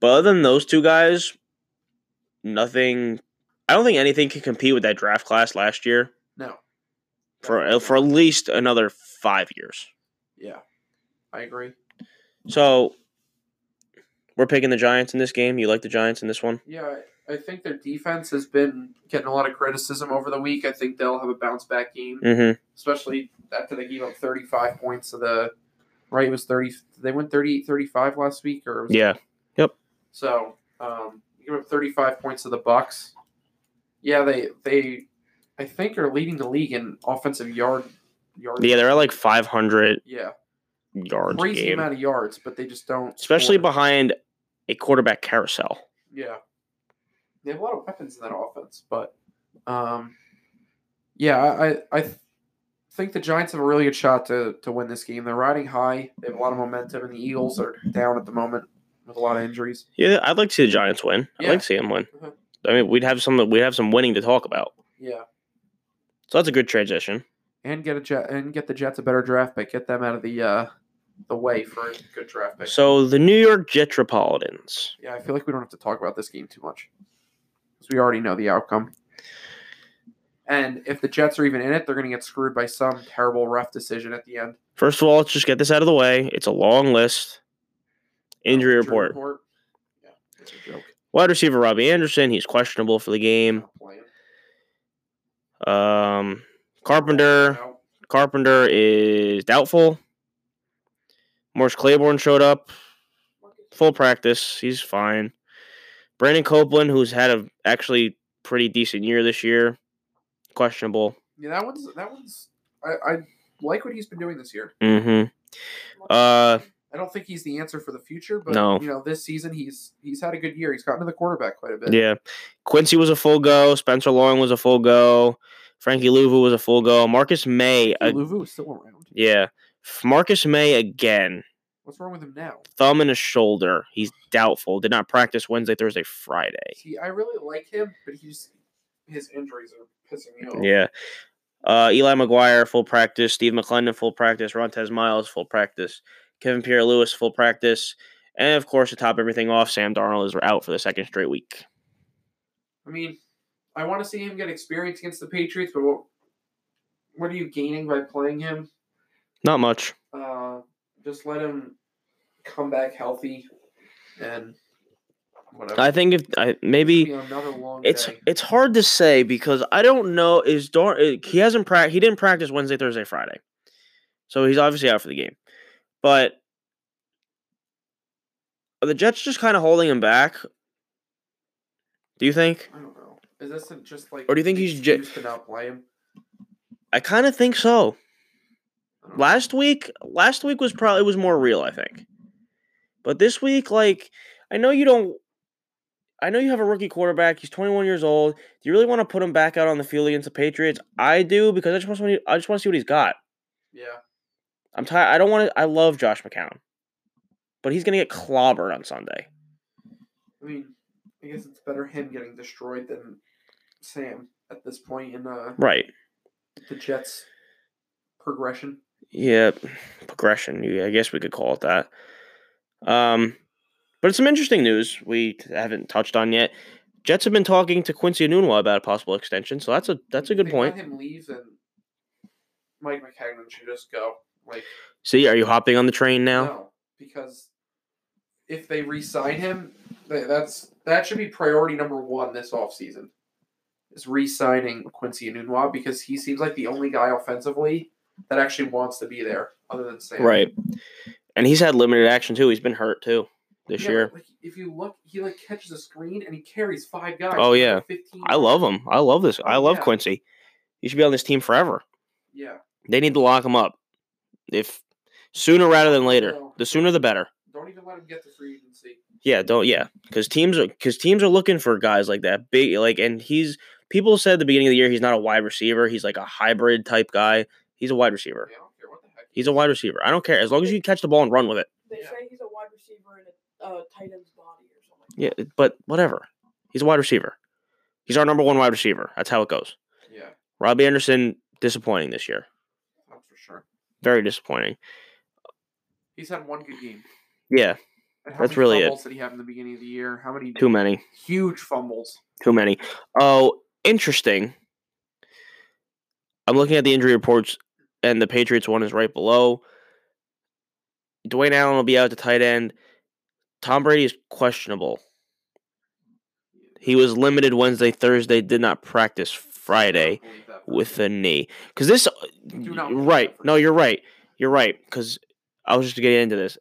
B: But other than those two guys, nothing. I don't think anything can compete with that draft class last year
A: No.
B: for uh, for at least another five years.
A: Yeah, I agree.
B: So we're picking the Giants in this game. You like the Giants in this one?
A: Yeah, I I think their defense has been getting a lot of criticism over the week. I think they'll have a bounce back game,
B: Mm-hmm.
A: especially after they gave up 35 points to the right it was 30 they went 38 35 last week or was it-
B: Yeah.
A: So, um, you give up 35 points to the Bucks. Yeah, they they I think are leading the league in offensive yard yard.
B: Yeah, they're at like 500
A: yeah,
B: yards a
A: crazy
B: game,
A: amount of yards, but they just don't.
B: especially
A: score.
B: behind a quarterback carousel.
A: yeah, they have a lot of weapons in that offense, but um, yeah, I I- I th- think the Giants have a really good shot to to win this game. They're riding high. They have a lot of momentum, and the Eagles are down at the moment with a lot of injuries.
B: Yeah, I'd like to see the Giants win. I'd
A: Yeah.
B: like to see them win.
A: Mhm.
B: I mean, we'd have some we'd have some winning to talk about.
A: Yeah,
B: So that's a good transition.
A: and get a jet and get the Jets a better draft pick. Get them out of the uh, the way for a good draft pick.
B: So the New York Jetropolitans.
A: Yeah, I feel like we don't have to talk about this game too much because we already know the outcome. And if the Jets are even in it, they're going to get screwed by some terrible ref decision at the end.
B: First of all, let's just get this out of the way. It's a long list. Oh, Injury
A: Uh,
B: report.
A: Yeah, it's a joke.
B: Wide receiver Robbie Anderson. He's questionable for the game.
A: Not playing.
B: Um, Carpenter.
A: Out.
B: Carpenter is doubtful. Morris Claiborne showed up. Full practice. He's fine. Brandon Copeland, who's had a actually pretty decent year this year, questionable.
A: Yeah, that one's that one's. I, I like what he's been doing this year.
B: Mm-hmm. Uh,
A: I don't think he's the answer for the future, but
B: No.
A: you know, this season he's he's had a good year. He's gotten to the quarterback quite a bit.
B: yeah. Quincy was a full go. Spencer Long was a full go. Frankie Louvu was a full go. Marcus May.
A: Hey,
B: a-
A: Luvu is still around.
B: yeah. F- Marcus May again.
A: What's wrong with him now?
B: Thumb in his shoulder. He's doubtful. Did not practice Wednesday, Thursday, Friday.
A: See, I really like him, but he's his injuries are pissing me off.
B: Yeah. Uh, Eli McGuire, full practice. Steve McClendon, full practice. Rontez Miles, full practice. Kevin Pierre Lewis, full practice. And of course, to top everything off, Sam Darnold is out for the second straight week.
A: I mean, I want to see him get experience against the Patriots, but what, what are you gaining by playing him?
B: Not much.
A: Uh, just let him come back healthy and whatever.
B: I think if I,
A: It's
B: maybe
A: gonna be another long
B: it's
A: day.
B: it's hard to say because I don't know. Is Darn he hasn't practiced? He didn't practice Wednesday, Thursday, Friday, so he's obviously out for the game. But are the Jets just kind of holding him back? Do you think?
A: I don't know. Is this a- just like?
B: Or do you think
A: an
B: he's ju-
A: excuse to not play him?
B: I kind of think so.
A: I don't know.
B: Last week, last week was probably was more real, I think. But this week, like, I know you don't. I know you have a rookie quarterback. He's 21 years old. Do you really want to put him back out on the field against the Patriots? I do because I just want to. I just want to see what he's got.
A: Yeah,
B: I'm tired. I don't want to. I love Josh McCown, but he's gonna get clobbered on Sunday.
A: I mean, I guess it's better him getting destroyed than Sam at this point in uh,
B: Right.
A: the Jets' progression.
B: Yeah, progression. Yeah, I guess we could call it that. Um, but some interesting news we t- haven't touched on yet. Jets have been talking to Quincy Anunua about a possible extension, so that's a that's a good
A: They
B: point.
A: Let him leave, and Mike McCagnon should just go. Like
B: See, are you hopping on the train now?
A: no, because if they re-sign him, tha- that's that should be priority number one this offseason. Is re-signing Quincy Anunua because he seems like the only guy offensively that actually wants to be there, other than Sam.
B: Right. And he's had limited action too. He's been hurt too this
A: Yeah,
B: year.
A: but, Like, if you look, he like catches a screen and he carries five guys.
B: Oh,
A: for
B: yeah.
A: 15
B: I love him. I love this. I
A: Oh,
B: love
A: yeah.
B: Quincy. He should be on this team forever.
A: Yeah,
B: They need to lock him up. If sooner rather than later.
A: No.
B: The sooner the better.
A: don't even let him get to free agency.
B: Yeah, don't yeah, because teams are because teams are looking for guys like that. Big like, and he's people said at the beginning of the year he's not a wide receiver. He's like a hybrid type guy. He's a
A: I,
B: wide receiver.
A: mean, I don't care what the heck.
B: He's a wide receiver. I don't care as long as you catch the ball and run with it.
D: They
A: Yeah.
D: say he's a wide receiver in a uh, tight end's body or something. like
B: Yeah, but whatever. He's a wide receiver. He's our number one wide receiver. That's how it goes.
A: Yeah,
B: Robbie Anderson disappointing this year.
A: That's for sure.
B: Very disappointing.
A: He's had one good game.
B: Yeah,
A: And how
B: That's
A: many
B: really it.
A: fumbles did he have in the beginning of the year? How many
B: too many.
A: huge fumbles?
B: Too many. Oh, interesting. I'm looking at the injury reports, and the Patriots one is right below. Dwayne Allen will be out to tight end. Tom Brady is questionable. He was limited Wednesday, Thursday, did not practice Friday
A: Believe that.
B: with a knee. Because this,
A: Do not believe
B: right?
A: that for
B: No,
A: sure.
B: you're right. You're right. Because I was just getting into this.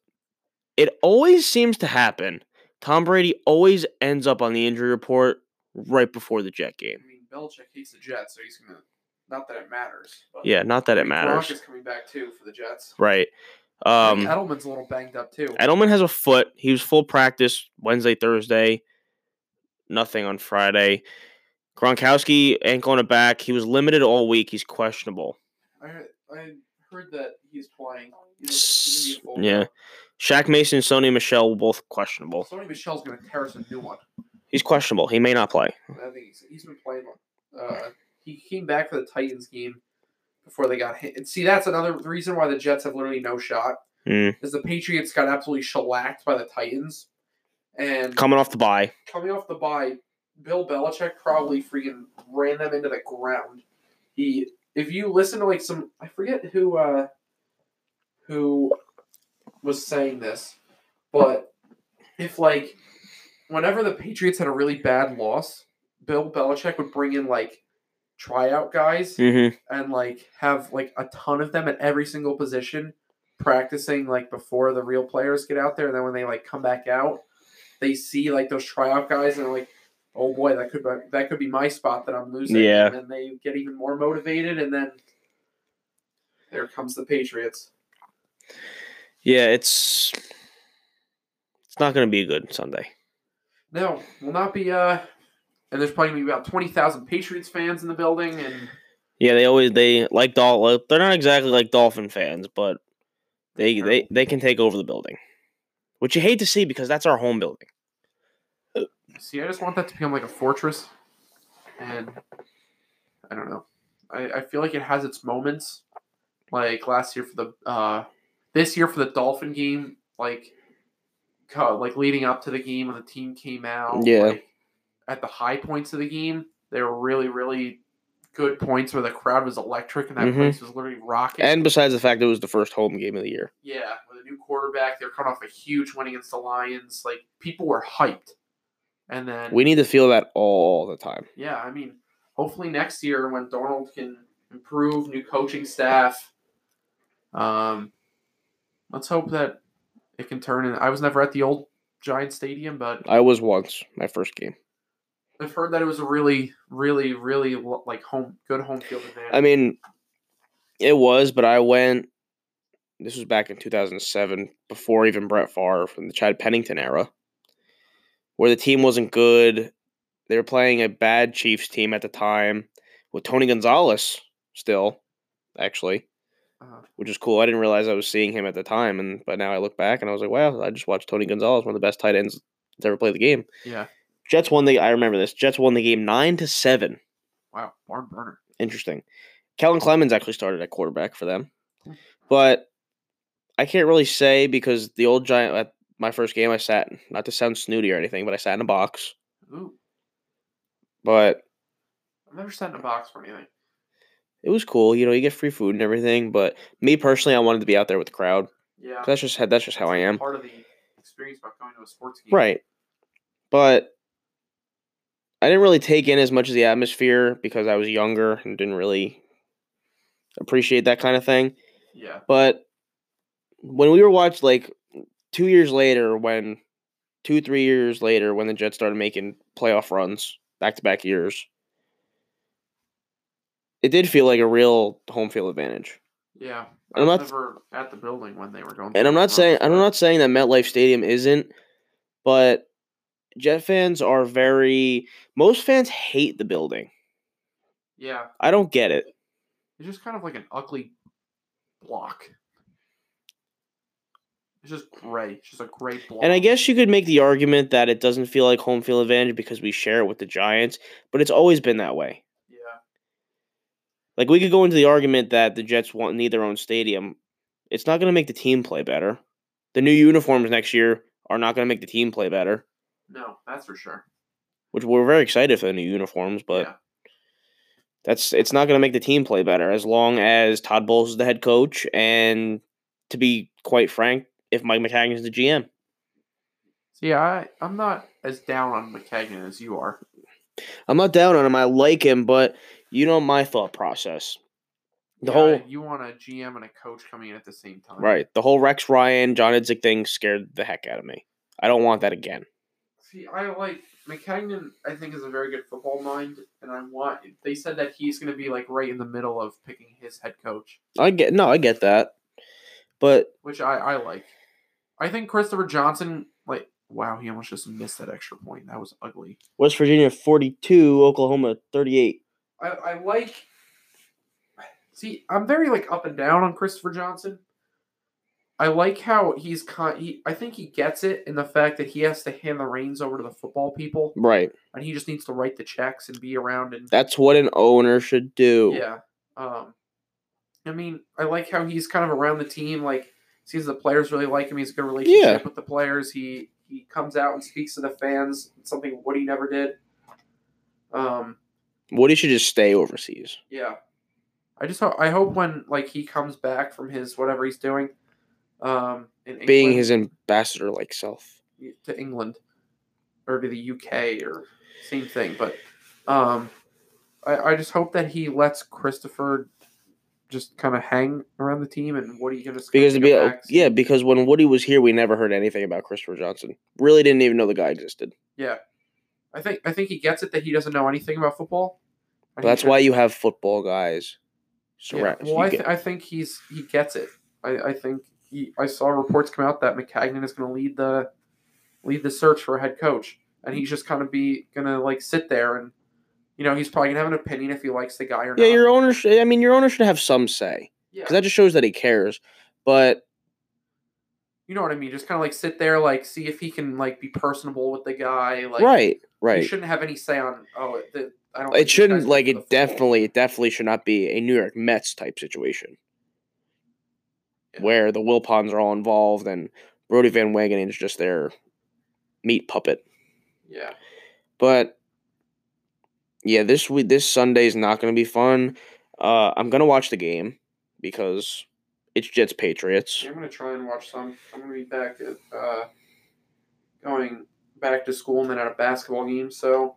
B: It always seems to happen. Tom Brady always ends up on the injury report right before the Jet
A: I
B: game.
A: mean, Belichick hates the Jets, so he's gonna. Not that it matters. But
B: Yeah, not that
A: I
B: it
A: mean, Gronk
B: matters,
A: is coming back too for the Jets.
B: right?
A: I think
B: Um,
A: Edelman's a little banged up too.
B: Edelman has a foot. He was full practice Wednesday, Thursday. Nothing on Friday. Gronkowski ankle on a back. He was limited all week. He's questionable.
A: I, heard- I heard that he's playing. He's,
B: S-
A: he's gonna be a
B: Yeah. Shaq Mason, Sony Michelle were both questionable.
A: fullback. Sony Michelle's gonna tear us a new one.
B: He's questionable. He may not play.
A: I think he's, he's been playing. Uh, he came back for the Titans game before they got hit. And see, that's another reason why the Jets have literally no shot.
B: Mm.
A: Is the Patriots got absolutely shellacked by the Titans, and
B: Coming off the bye.
A: coming off the bye, Bill Belichick probably freaking ran them into the ground. He, if you listen to like some, I forget who, uh, who was saying this, but if like, whenever the Patriots had a really bad loss, Bill Belichick would bring in like tryout guys
B: hmm
A: and like have like a ton of them at every single position practicing like before the real players get out there and then when they like come back out they see like those tryout guys and they're like oh boy that could be, that could be my spot that i'm losing
B: Yeah.
A: and then they get even more motivated and then there comes the patriots
B: Yeah, it's it's not going to be a good Sunday.
A: no will not be uh and there's probably gonna be about 20000 patriots fans in the building and
B: Yeah, they always they like Dolphin. They're not exactly like Dolphin fans, but they they they can take over the building, which you hate to see because that's our home building.
A: See, I just want that to become like a fortress, and I don't know. I, I feel like it has its moments, like last year for the uh, this year for the Dolphin game, like co- like leading up to the game when the team came out.
B: Yeah.
A: like, at the high points of the game, they were really really good points where the crowd was electric and that
B: Mhm.
A: place was literally rocking.
B: And besides the fact that it was the first home game of the year,
A: yeah, with a new quarterback, they were coming off a huge win against the Lions. Like people were hyped, and then
B: we need to feel that all the time.
A: Yeah, I mean, hopefully next year when Donald can improve, new coaching staff. Um, let's hope that it can turn. And I was never at the old Giant Stadium, but
B: I was once my first game.
A: I've heard that it was a really, really, really lo- like home good home field advantage.
B: I mean, it was, but I went. This was back in 2007, before even Brett Favre from the Chad Pennington era, where the team wasn't good. They were playing a bad Chiefs team at the time with Tony Gonzalez still, actually,
A: Uh-huh.
B: which is cool. I didn't realize I was seeing him at the time, and but now I look back and I was like, wow, I just watched Tony Gonzalez, one of the best tight ends to ever play the game.
A: yeah.
B: Jets won the. I remember this. Jets won the game nine to seven.
A: Wow, barn burner.
B: Interesting. Kellen Clemens actually started at quarterback for them, but I can't really say because the old giant. At my first game, I sat not to sound snooty or anything, but I sat in a box.
A: Ooh,
B: But
A: I've never sat in a box for anything.
B: it was cool. You know, you get free food and everything. But me personally, I wanted to be out there with the crowd. 'cause
A: Yeah,
B: That's just how- that's just how I am.
A: Part of the experience about going to a sports game.
B: Right. But I didn't really take in as much of the atmosphere because I was younger and didn't really appreciate that kind of thing.
A: Yeah.
B: But when we were watched like two years later, when two, three years later, when the Jets started making playoff runs back to back years, it did feel like a real home field advantage.
A: Yeah. I
B: And I'm
A: was
B: not-
A: never at the building when they were going.
B: And
A: through
B: I'm
A: the
B: not saying I'm
A: process.
B: not saying that MetLife Stadium isn't, but Jet fans are very most fans hate the building.
A: Yeah.
B: I don't get it.
A: It's just kind of like an ugly block. It's just gray. It's just a gray block.
B: And I guess you could make the argument that it doesn't feel like home field advantage because we share it with the Giants, but it's always been that way.
A: yeah,
B: Like we could go into the argument that the Jets want need their own stadium. It's not going to make the team play better. The new uniforms next year are not going to make the team play better,
A: No, that's for sure.
B: which we're very excited for the new uniforms, but
A: Yeah.
B: that's it's not going to make the team play better as long as Todd Bowles is the head coach and to be quite frank, if Mike McCagnon is the GM.
A: See, I I'm not as down on McKagan as you are.
B: I'm not down on him. I like him, but you know my thought process. The
A: Yeah,
B: whole
A: you want a GM and a coach coming in at the same time.
B: right, the whole Rex Ryan, John Idzik thing scared the heck out of me. I don't want that again.
A: See, I like McKagan. I think is a very good football mind, and I want. They said that he's going to be like right in the middle of picking his head coach,
B: I get no, I get that, but
A: which I I like. I think Christopher Johnson. Like, wow, he almost just missed that extra point. That was ugly.
B: West Virginia 42, Oklahoma 38.
A: I I like. See, I'm very like up and down on Christopher Johnson. I like how he's con. He, I think he gets it in the fact that he has to hand the reins over to the football people,
B: Right,
A: and he just needs to write the checks and be around and
B: that's what an owner should do.
A: Yeah. Um, I mean, I like how he's kind of around the team. Like, sees the players really like him. He's a good relationship
B: Yeah.
A: with the players. He he comes out and speaks to the fans. Something Woody never did. Um,
B: Woody should just stay overseas.
A: yeah. I just ho- I hope when like he comes back from his whatever he's doing, um, in
B: Being
A: England-
B: his ambassador like self.
A: to England or to the UK or same thing. But um, I, I just hope that he lets Christopher just kind of hang around the team and what are you going to
B: Because to be yeah, because when Woody was here, we never heard anything about Christopher Johnson. Really didn't even know the guy existed.
A: yeah. I think I think he gets it that he doesn't know anything about football.
B: But
A: and he
B: that's
A: should-
B: why you have football guys.
A: Yeah.
B: Surround.
A: Well, I, th- I think he's he gets it. I, I think he, I saw reports come out that McCagnon is going to lead the lead the search for a head coach, and he's just kind of be going to like sit there and you know he's probably going to have an opinion if he likes the guy or
B: yeah,
A: not.
B: your owner. Should, I mean, your owner should have some say
A: yeah,
B: because that just shows that he cares. But
A: you know what I mean. Just kind of like sit there, like see if he can like be personable with the guy. Like
B: right,
A: You
B: right.
A: shouldn't have any say on. Oh, the, I don't. think
B: It
A: these guys
B: shouldn't
A: are
B: like
A: good
B: it
A: for the football."
B: definitely it definitely should not be a New York Mets type situation
A: Yeah.
B: where the Wilpons are all involved and Brody Van Wagenen is just their meat puppet.
A: Yeah.
B: But yeah, this week this Sunday's not going to be fun. Uh, I'm gonna watch the game because it's Jets Patriots.
A: Yeah, I'm gonna try and watch some. I'm gonna be back at uh, going back to school and then at a basketball game, so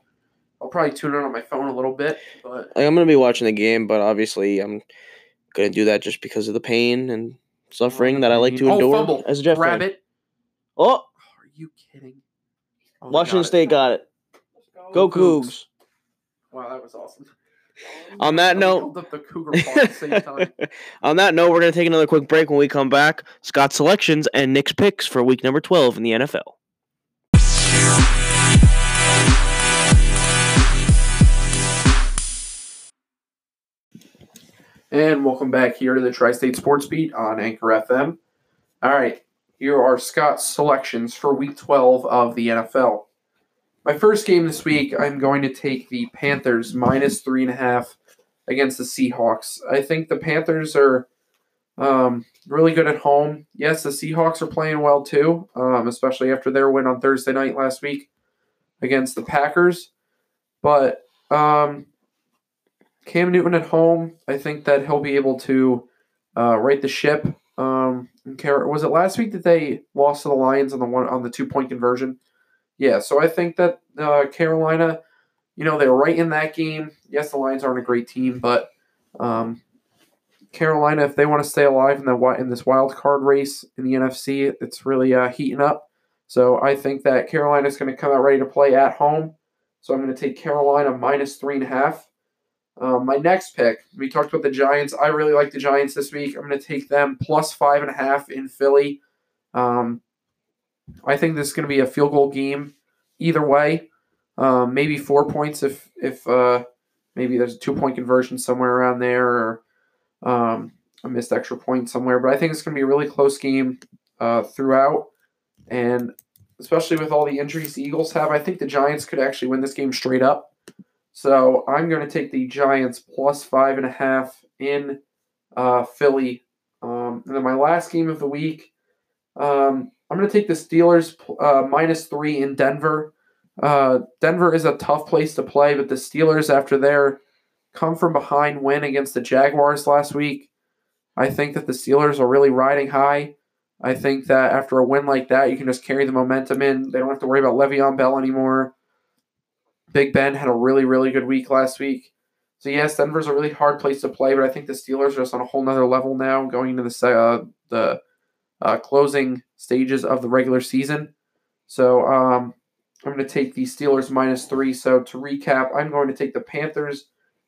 A: I'll probably tune in on my phone a little bit. But
B: Like, I'm gonna be watching the game, but obviously I'm gonna do that just because of the pain and suffering that I like to
A: Oh,
B: endure
A: fumble.
B: as a Jeff fan.
A: rabbit,
B: Oh,
A: are you kidding? Oh, they
B: Washington
A: got it.
B: State got it. Go Cougs.
A: Wow, that was awesome.
B: On that
A: We
B: note-
A: called up the Cougar Paw at the same time.
B: On that note, we're gonna take another quick break. When we come back, Scott's selections and Nick's picks for Week Number 12 in the NFL.
A: And welcome back here to the Tri-State Sports Beat on Anchor FM. All right, here are Scott's selections for Week 12 of the NFL. My first game this week, I'm going to take the Panthers minus three and a half against the Seahawks. I think the Panthers are um, really good at home. Yes, the Seahawks are playing well too, um, especially after their win on Thursday night last week against the Packers. But um, Cam Newton at home, I think that he'll be able to uh, right the ship. Um, and Car- was it last week that they lost to the Lions on the one on the two point conversion? Yeah, so I think that uh, Carolina, you know, they're right in that game. Yes, the Lions aren't a great team, but um, Carolina, if they want to stay alive in the wi- in this wild card race in the NFC, it's really uh, heating up. So I think that Carolina's going to come out ready to play at home. So I'm going to take Carolina minus three and a half. Um, my next pick, we talked about the Giants. I really like the Giants this week. I'm going to take them plus five and a half in Philly. Um, I think this is going to be a field goal game either way. Um, maybe four points if if uh, maybe there's a two point conversion somewhere around there or um, a missed extra point somewhere. But I think it's going to be a really close game uh, throughout, and especially with all the injuries the Eagles have, I think the Giants could actually win this game straight up. So I'm going to take the Giants plus five and a half in uh, Philly. Um, and then my last game of the week, um, I'm going to take the Steelers uh, minus three in Denver. Uh, Denver is a tough place to play, but the Steelers, after their come from behind win against the Jaguars last week, I think that the Steelers are really riding high. I think that after a win like that, you can just carry the momentum in. They don't have to worry about Le'Veon Bell anymore. Big Ben had a really, really good week last week. So yes, Denver's a really hard place to play, but I think the Steelers are just on a whole nother level now, going into the se- uh, the uh, closing stages of the regular season. So um, I'm going to take the Steelers minus three. So to recap, I'm going to take the Panthers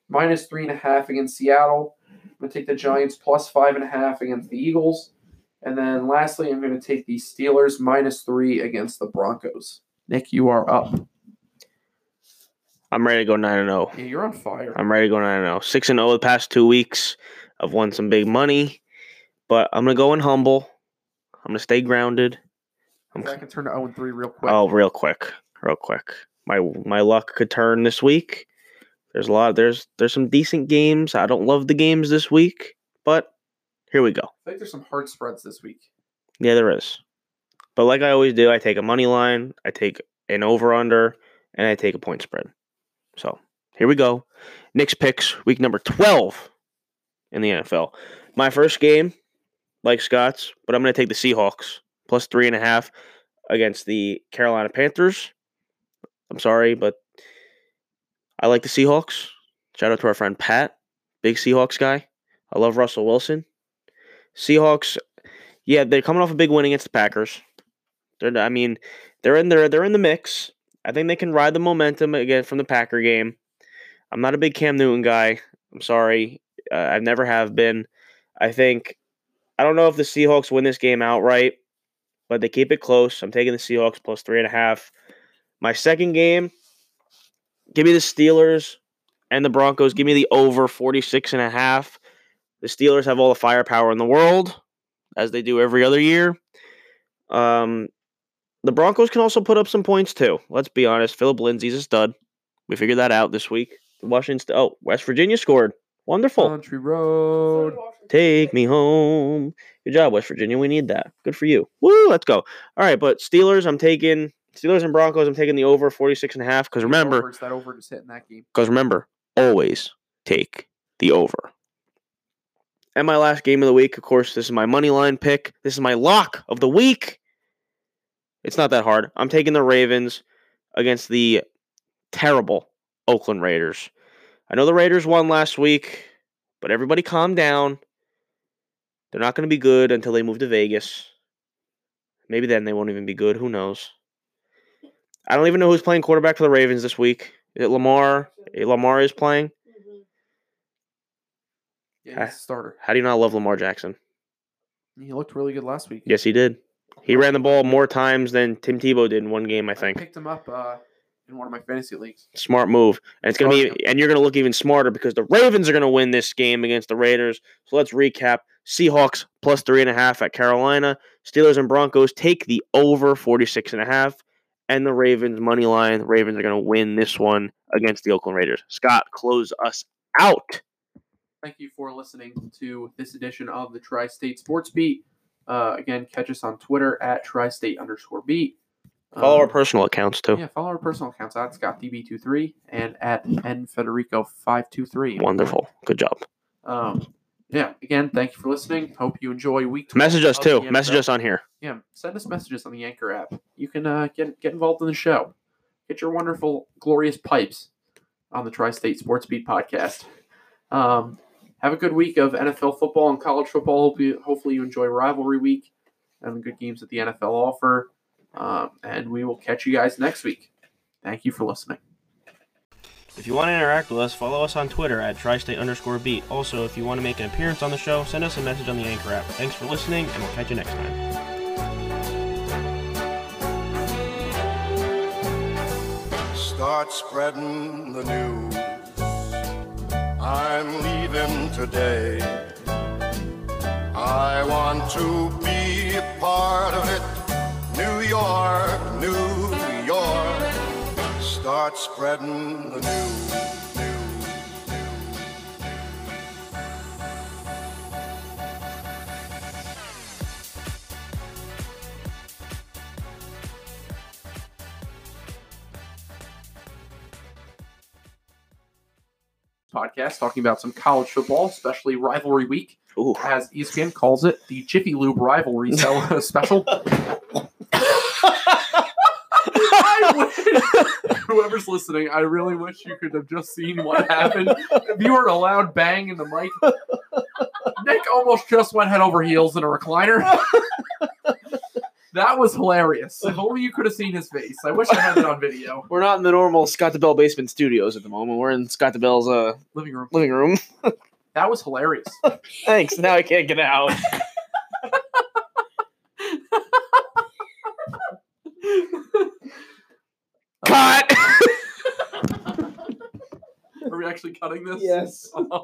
A: minus three and a half against Seattle. I'm going to take the Giants plus five and a half against the Eagles, and then lastly, I'm going to take the Steelers minus three against the Broncos. Nick, you are up.
B: I'm ready to go nine and zero.
A: Yeah, you're on fire.
B: I'm ready to go 9 0. 6 and 0 the past two weeks. I've won some big money, but I'm going to go in humble. I'm going to stay grounded. I'm,
A: I can turn to 0 and 3 real quick.
B: oh, real quick. Real quick. My my luck could turn this week. There's a lot. There's there's some decent games. I don't love the games this week, but here we go.
A: I think there's some hard spreads this week.
B: Yeah, there is. But like I always do, I take a money line, I take an over under, and I take a point spread. So here we go. Knicks picks, week number 12 in the NFL. My first game, like Scott's, but I'm going to take the Seahawks plus three and a half against the Carolina Panthers. I'm sorry, but I like the Seahawks. Shout out to our friend Pat, big Seahawks guy. I love Russell Wilson. Seahawks yeah, they're coming off a big win against the Packers. They're, I mean, they're in there. They're in the mix. I think they can ride the momentum again from the Packer game. I'm not a big Cam Newton guy. I'm sorry. Uh, I've never have been. I think I don't know if the Seahawks win this game outright, but they keep it close. I'm taking the Seahawks plus three and a half. My second game, give me the Steelers and the Broncos. Give me the over 46 and a half. The Steelers have all the firepower in the world as they do every other year. Um, the Broncos can also put up some points too. Let's be honest. Philip Lindsay's a stud. We figured that out this week. Washington. St- oh, West Virginia scored. Wonderful.
A: Country Road.
B: Take me home. Good job, West Virginia. We need that. Good for you. Woo, let's go. All right, but Steelers, I'm taking Steelers and Broncos, I'm taking the over 46 and a half. Because remember,
A: It's that over just hitting that game.
B: because remember, always take the over. And my last game of the week, of course, this is my money line pick. This is my lock of the week. It's not that hard. I'm taking the Ravens against the terrible Oakland Raiders. I know the Raiders won last week, but everybody calm down. They're not going to be good until they move to Vegas. Maybe then they won't even be good. Who knows? I don't even know who's playing quarterback for the Ravens this week. Is it Lamar? Eh, Lamar is playing.
D: Mhm.
B: Ah.
A: Yeah, he's a starter.
B: How do you not love Lamar Jackson?
A: He looked really good last week.
B: Yes, he did. He ran the ball more times than Tim Tebow did in one game, I think.
A: picked him up uh, in one of my fantasy leagues.
B: Smart move. And it's gonna be and you're gonna look even smarter because the Ravens are gonna win this game against the Raiders. So let's recap. Seahawks plus three and a half at Carolina. Steelers and Broncos take the over 46 and a half. And the Ravens money line. The Ravens are gonna win this one against the Oakland Raiders. Scott, close us out.
A: Thank you for listening to this edition of the Tri State Sports Beat. Uh, again, catch us on Twitter at Tri State underscore beat.
B: Follow our
A: Um,
B: personal accounts too.
A: Yeah, follow our personal accounts at ScottDB23 and at NFederico523.
B: Wonderful. Good job.
A: Um, yeah, again, thank you for listening. Hope you enjoy week 12
B: Message us
A: of the
B: too.
A: NFL.
B: Message us on here.
A: Yeah, send us messages on the Anchor app. You can uh, get, get involved in the show. Get your wonderful, glorious pipes on the Tri State Sports Beat podcast. Um, have a good week of NFL football and college football. Hope you, hopefully, you enjoy rivalry week and good games that the NFL offer. Um, and we will catch you guys next week. Thank you for listening.
B: If you want to interact with us, follow us on Twitter at tristate underscore beat. Also, if you want to make an appearance on the show, send us a message on the Anchor app. Thanks for listening, and we'll catch you next time.
E: Start spreading the news. I'm leaving today. I want to be a part of it. New York, New York. Start spreading the news.
A: podcast talking about some college football, especially rivalry week,
F: Ooh.
A: as E ESPN calls it, the Jiffy Lube rivalry cel- special. I wish, whoever's listening, I really wish you could have just seen what happened. If you weren't allowed bang in the mic, Nick almost just went head over heels in a recliner. That was hilarious. If only you could have seen his face. I wish I had it on video.
F: We're not in the normal Scott DeBell basement studios at the moment. We're in Scott DeBell's uh,
A: Living room.
F: living room.
A: That was hilarious.
F: Thanks. Now I can't get out. Cut.
A: Are we actually cutting this?
D: Mm-hmm.
A: Oh.
F: yes.